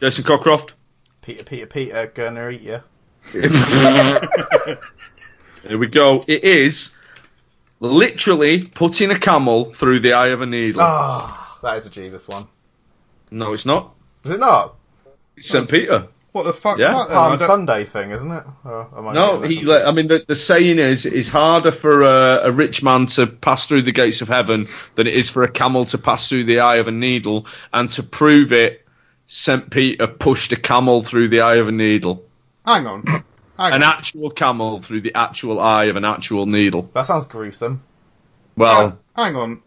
Speaker 4: Jason Cockcroft.
Speaker 1: Peter, Peter, Peter, gonna eat ya.
Speaker 4: Here we go. It is literally putting a camel through the eye of a needle.
Speaker 1: Ah, that is a Jesus one.
Speaker 4: No, it's not.
Speaker 1: Is it not?
Speaker 4: It's St. Peter.
Speaker 2: What the fuck?
Speaker 4: Yeah.
Speaker 2: That, then? I
Speaker 1: Palm
Speaker 2: don't-
Speaker 1: Sunday thing, isn't it? Or am I getting
Speaker 4: No,
Speaker 1: that
Speaker 4: he.
Speaker 1: confused?
Speaker 4: Like, I mean, the, the saying is, it's harder for a, a rich man to pass through the gates of heaven than it is for a camel to pass through the eye of a needle. And to prove it, St. Peter pushed a camel through the eye of a needle.
Speaker 2: Hang on. Hang
Speaker 4: An
Speaker 2: on.
Speaker 4: actual camel through the actual eye of an actual needle.
Speaker 1: That sounds gruesome.
Speaker 4: Well,
Speaker 2: Hang on.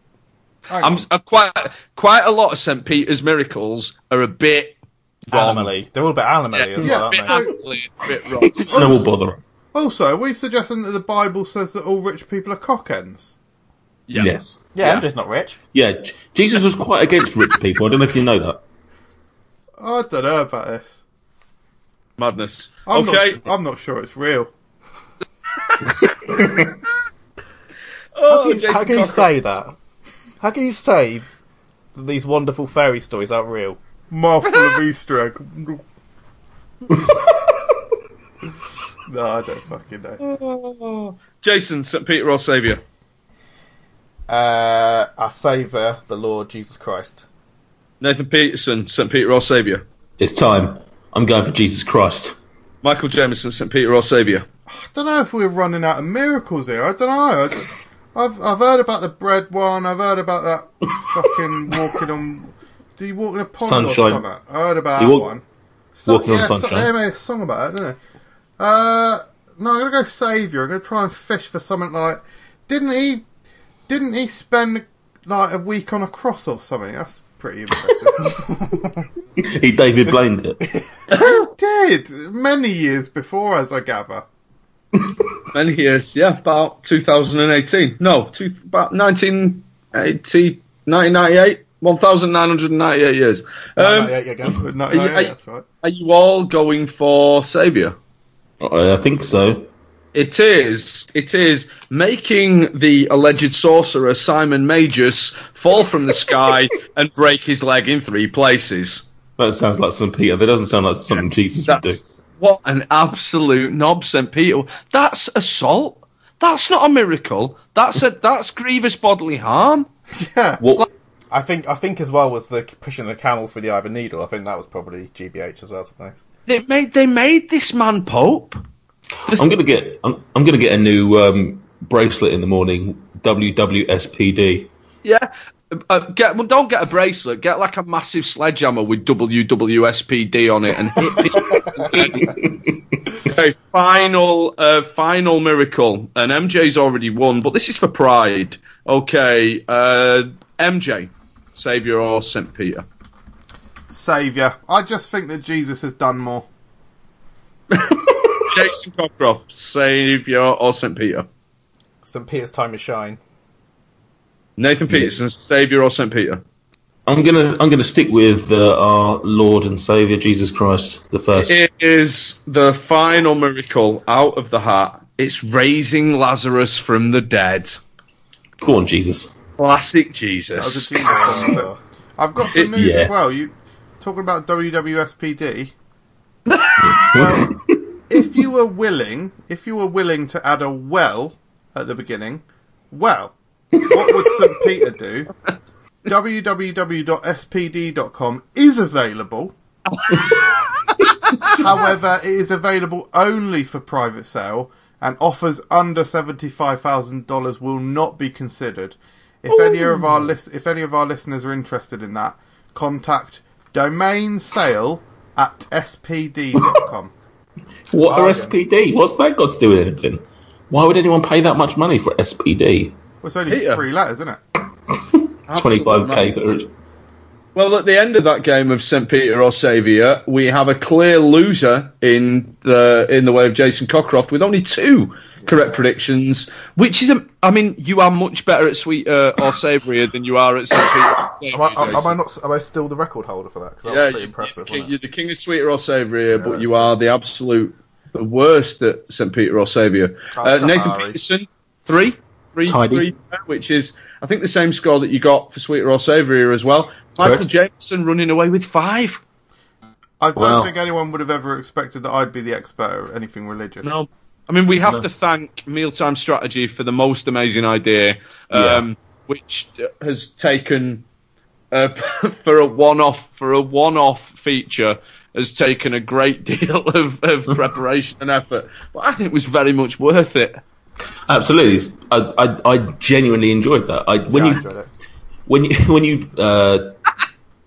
Speaker 2: Hang
Speaker 4: Oh. I'm
Speaker 2: on.
Speaker 4: uh, quite quite a lot of St. Peter's miracles are a bit wrong.
Speaker 1: Animally. They're all a bit animally as
Speaker 2: Yeah,
Speaker 1: well,
Speaker 4: bit,
Speaker 1: aren't they?
Speaker 4: animally, a bit wrong.
Speaker 3: No will bother.
Speaker 2: Also, are we suggesting that the Bible says that all rich people are cockends?
Speaker 4: Yeah.
Speaker 3: Yes.
Speaker 1: Yeah,
Speaker 4: Yeah.
Speaker 1: I'm just not rich.
Speaker 3: Yeah, J- Jesus was quite against rich people. I don't know if you know that.
Speaker 2: I don't know about this.
Speaker 4: Madness.
Speaker 2: I'm
Speaker 4: okay.
Speaker 2: Not, I'm not sure it's real.
Speaker 4: oh,
Speaker 1: How
Speaker 4: Jason
Speaker 1: can you
Speaker 4: Cochran.
Speaker 1: say that? How can you say that these wonderful fairy stories aren't real?
Speaker 2: Mouthful of Easter egg. no, I don't fucking know.
Speaker 4: Jason, St. Peter or Saviour?
Speaker 1: Uh, our Saviour, the Lord Jesus Christ.
Speaker 4: Nathan Peterson, St. Peter or Saviour?
Speaker 3: It's time. I'm going for Jesus Christ.
Speaker 4: Michael Jameson, St. Peter or Saviour?
Speaker 2: I don't know if we're running out of miracles here. I don't know. I d- I've I've heard about the bread one. I've heard about that fucking walking on. Do you walk in a pond or
Speaker 3: Sunshine.
Speaker 2: something? I heard about
Speaker 3: You
Speaker 2: that
Speaker 3: walk-
Speaker 2: one. So-
Speaker 3: walking on
Speaker 2: yeah, so-
Speaker 3: sunshine.
Speaker 2: they made a song about it, didn't they? Uh, no, I'm gonna go savior. I'm gonna try and fish for something like. Didn't he? Didn't he spend like a week on a cross or something? That's pretty impressive.
Speaker 3: He David blamed it.
Speaker 2: did many years before, as I gather.
Speaker 4: Many years, yeah, about 2018. No, two, about 1980, 1998, 1,998 years.
Speaker 1: Um,
Speaker 4: Um,
Speaker 1: yeah, yeah, go.
Speaker 2: No, no,
Speaker 4: you-
Speaker 2: yeah,
Speaker 4: are you-
Speaker 2: that's right.
Speaker 4: are you all going for Saviour?
Speaker 3: I I think so.
Speaker 4: It is. It is making the alleged sorcerer Simon Magus fall from the sky and break his leg in three places.
Speaker 3: That sounds like St. Peter. That doesn't sound like something Jesus would do.
Speaker 4: That's what an absolute knob, St. Peter. That's assault. That's not a miracle. That's a that's grievous bodily harm.
Speaker 2: Yeah,
Speaker 3: What
Speaker 1: I think I think as well was the pushing the camel through the eye of a needle. I think that was probably GBH as well. To be honest.
Speaker 4: They made they made this man Pope.
Speaker 3: I'm gonna get I'm, I'm gonna get a new um, bracelet in the morning. WWSPD.
Speaker 4: Yeah. Uh, get well, don't get a bracelet. Get like a massive sledgehammer with WWSPD on it and hit me. okay, final, uh, final miracle. And MJ's already won, but this is for pride. Okay, uh, MJ, Savior or Saint Peter?
Speaker 2: Saviour. I just think that Jesus has done more.
Speaker 4: Jason Cockcroft, Savior or Saint Peter?
Speaker 1: St. Peter's time to shine.
Speaker 4: Nathan Peterson, Savior or Saint Peter?
Speaker 3: I'm gonna I'm gonna stick with uh, our Lord and Savior Jesus Christ the first.
Speaker 4: It is the final miracle out of the hat. It's raising Lazarus from the dead.
Speaker 3: Go on, Jesus.
Speaker 4: Classic
Speaker 2: That was
Speaker 4: Jesus.
Speaker 2: a Jesus one, though. I've got some
Speaker 4: It-
Speaker 2: news
Speaker 3: yeah.
Speaker 2: as well. You talking about WWSPD? well, Um, if you were willing, if you were willing to add a well at the beginning, well, what would St Peter do? www.spd.com is available. However, it is available only for private sale, and offers under seventy-five thousand dollars will not be considered. If any of our lis- if any of our listeners are interested in that, contact domain sale at spd.com.
Speaker 3: What are SPD? What's that got to do with anything? Why would anyone pay that much money for SPD?
Speaker 2: Well, it's only
Speaker 4: Peter.
Speaker 2: three letters, isn't it?
Speaker 3: Twenty five k per
Speaker 4: Well, at the end of that game of St. Peter or Saviour, we have a clear loser in the in the way of Jason Cockcroft with only two correct predictions, which is, a, I mean, you are much better at Sweeter or Saviour than you are at St. Peter.
Speaker 1: Am
Speaker 4: or
Speaker 1: I, am,
Speaker 4: Saviour,
Speaker 1: am I
Speaker 4: Jason.
Speaker 1: not? Am I still the record holder for that? Because that
Speaker 4: Yeah,
Speaker 1: was
Speaker 4: you,
Speaker 1: pretty impressive.
Speaker 4: you're,
Speaker 1: wasn't
Speaker 4: you're the king of Sweeter or Saviour, but
Speaker 1: that's
Speaker 4: you are the absolute worst at St. Peter or Saviour.
Speaker 1: Oh,
Speaker 4: uh,
Speaker 1: come
Speaker 4: Nathan
Speaker 1: on, Harry.
Speaker 4: Peterson, three, three,
Speaker 3: Tidy.
Speaker 4: three, which is, I think, the same score that you got for Sweeter or Saviour as well. Michael Jameson running away with five.
Speaker 2: I don't
Speaker 3: Wow.
Speaker 2: think anyone would have ever expected that I'd be the expert at anything religious.
Speaker 4: No. I mean, we have to thank Mealtime Strategy for the most amazing idea, um, which has taken uh, for a one-off for a one-off feature has taken a great deal of, of preparation and effort. But I think it was very much worth it.
Speaker 3: Absolutely, I, I I genuinely enjoyed that. I when
Speaker 1: Yeah, I
Speaker 3: you
Speaker 1: enjoyed it.
Speaker 3: when you when you uh,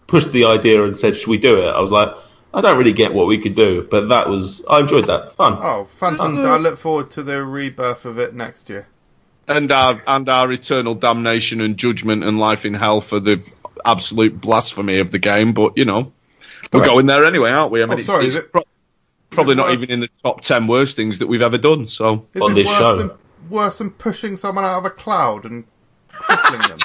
Speaker 3: pushed the idea and said, "Should we do it?" I was like, "I don't really get what we could do," but that was I enjoyed that fun.
Speaker 2: Oh, fantastic! I look forward to the rebirth of it next year.
Speaker 4: And our and our eternal damnation and judgment and life in hell for the absolute blasphemy of the game. But you know, we're
Speaker 3: Correct.
Speaker 4: going there anyway, aren't we? I mean,
Speaker 2: Oh,
Speaker 4: it's,
Speaker 2: sorry,
Speaker 4: it's
Speaker 2: is it-
Speaker 4: pro- probably not
Speaker 2: worse?
Speaker 4: even in the top ten worst things that we've ever done. So
Speaker 2: Is
Speaker 3: On
Speaker 2: it
Speaker 3: this
Speaker 2: worse
Speaker 3: show.
Speaker 2: Than, worse than pushing someone out of a cloud and crippling them?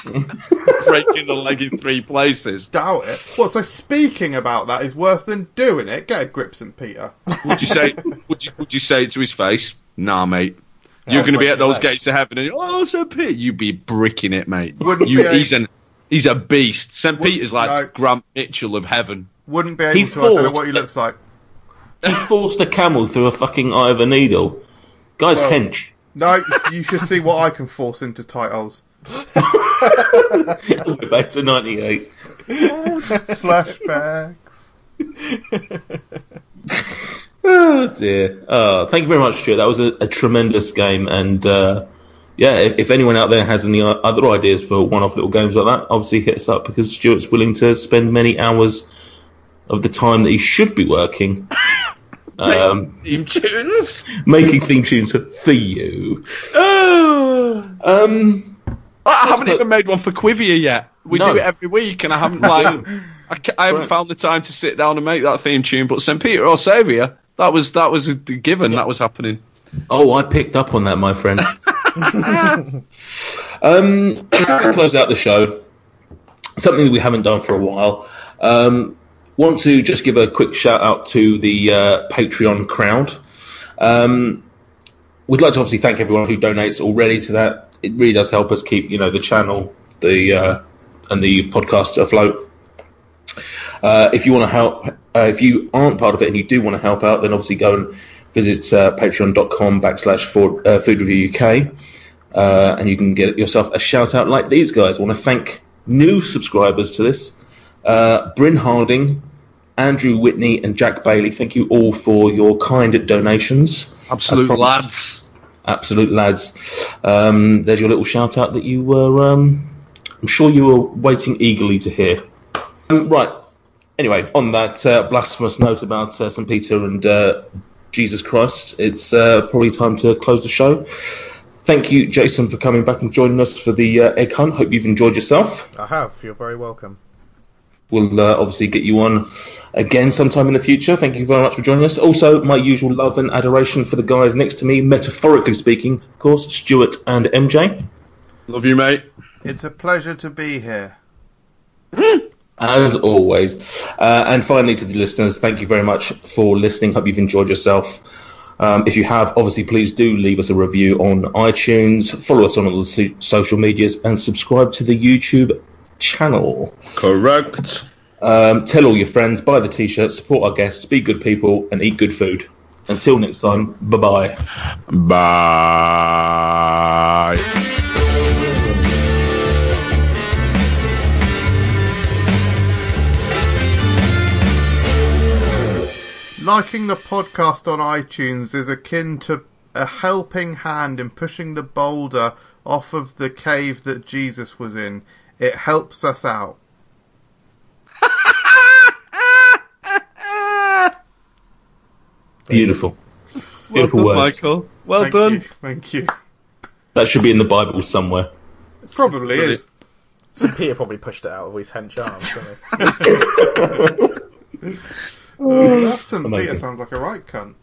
Speaker 4: breaking the leg in three places.
Speaker 2: Doubt it. Well, so speaking about that is worse than doing it. Get a grip, St. Peter.
Speaker 4: Would you say? would you would you say it to his face? Nah, mate. You're
Speaker 1: I'll
Speaker 4: going to be
Speaker 1: break
Speaker 4: at
Speaker 1: your
Speaker 4: those
Speaker 1: leg.
Speaker 4: gates of heaven, and you're, oh, Saint Peter, you'd be bricking it, mate.
Speaker 2: Wouldn't
Speaker 4: you,
Speaker 2: be a-
Speaker 4: he's an he's a beast. Saint
Speaker 2: Wouldn't-
Speaker 4: Peter's like
Speaker 2: no.
Speaker 4: Grant Mitchell of heaven.
Speaker 2: Wouldn't be able
Speaker 3: He
Speaker 2: to. I don't know
Speaker 3: thought-
Speaker 2: what he looks like.
Speaker 3: He forced a camel through a fucking eye of a needle. Guys,
Speaker 2: Well-
Speaker 3: hench.
Speaker 2: No, you should see what I can force into tight holes.
Speaker 3: We're back to '98.
Speaker 2: Slash bags.
Speaker 3: Oh dear. Uh, thank you very much, Stuart. That was a, a tremendous game, and uh, yeah, if, if anyone out there has any o- other ideas for one-off little games like that, obviously hit us up because Stuart's willing to spend many hours of the time that he should be working. Um,
Speaker 4: Team tunes.
Speaker 3: making theme tunes for you.
Speaker 4: Oh,
Speaker 3: Um,
Speaker 4: I haven't
Speaker 3: but-
Speaker 4: even made one for Quivia yet. We
Speaker 3: No.
Speaker 4: do it every week, and I haven't like I, ca- I haven't
Speaker 3: Correct.
Speaker 4: found the time to sit down and make that theme tune. But Saint Peter or Saviour, that was that was a given. That was happening.
Speaker 3: oh, I picked up on that, my friend. um, to close out the show, something that we haven't done for a while. Um, want to just give a quick shout out to the uh, Patreon crowd. Um, we'd like to obviously thank everyone who donates already to that. It really does help us keep you know the channel, the uh, and the podcast afloat. Uh, if you want to help, uh, if you aren't part of it and you do want to help out, then obviously go and visit uh, patreon.com backslash for, uh, food review UK uh, and you can get yourself a shout out like these guys. I want to thank new subscribers to this uh, Bryn Harding, Andrew Whitney, and Jack Bailey. Thank you all for your kind donations. As
Speaker 4: Absolute
Speaker 3: promised.
Speaker 4: lads.
Speaker 3: Absolute lads. Um, there's your little shout out that you were, um, I'm sure you were waiting eagerly to hear. Um, right. Anyway, on that uh, blasphemous note about uh, St. Peter and uh, Jesus Christ, it's uh, probably time to close the show. Thank you, Jason, for coming back and joining us for the uh, egg hunt. Hope you've enjoyed yourself.
Speaker 1: I have. You're very welcome.
Speaker 3: We'll uh, obviously get you on again sometime in the future. Thank you very much for joining us. Also, my usual love and adoration for the guys next to me, metaphorically speaking, of course, Stuart and MJ.
Speaker 4: Love you, mate.
Speaker 2: It's a pleasure to be here.
Speaker 3: as always. Uh, and finally, to the listeners, thank you very much for listening. Hope you've enjoyed yourself. Um, if you have, obviously, please do leave us a review on iTunes, follow us on all the so- social medias, and subscribe to the YouTube channel.
Speaker 4: Correct.
Speaker 3: Um, tell all your friends, buy the t shirt, support our guests, be good people, and eat good food. Until next time, bye bye.
Speaker 4: Bye.
Speaker 2: Liking the podcast on iTunes is akin to a helping hand in pushing the boulder off of the cave that Jesus was in. It helps us out.
Speaker 3: Beautiful. Beautiful
Speaker 4: Well done,
Speaker 3: words.
Speaker 4: Michael. Well
Speaker 2: Thank
Speaker 4: done.
Speaker 2: you. Thank you.
Speaker 3: That should be in the Bible somewhere.
Speaker 2: It probably is.
Speaker 1: St. Peter probably pushed it out of his hench arms, didn't he?
Speaker 2: That St. Peter
Speaker 3: Amazing.
Speaker 2: sounds like a right cunt.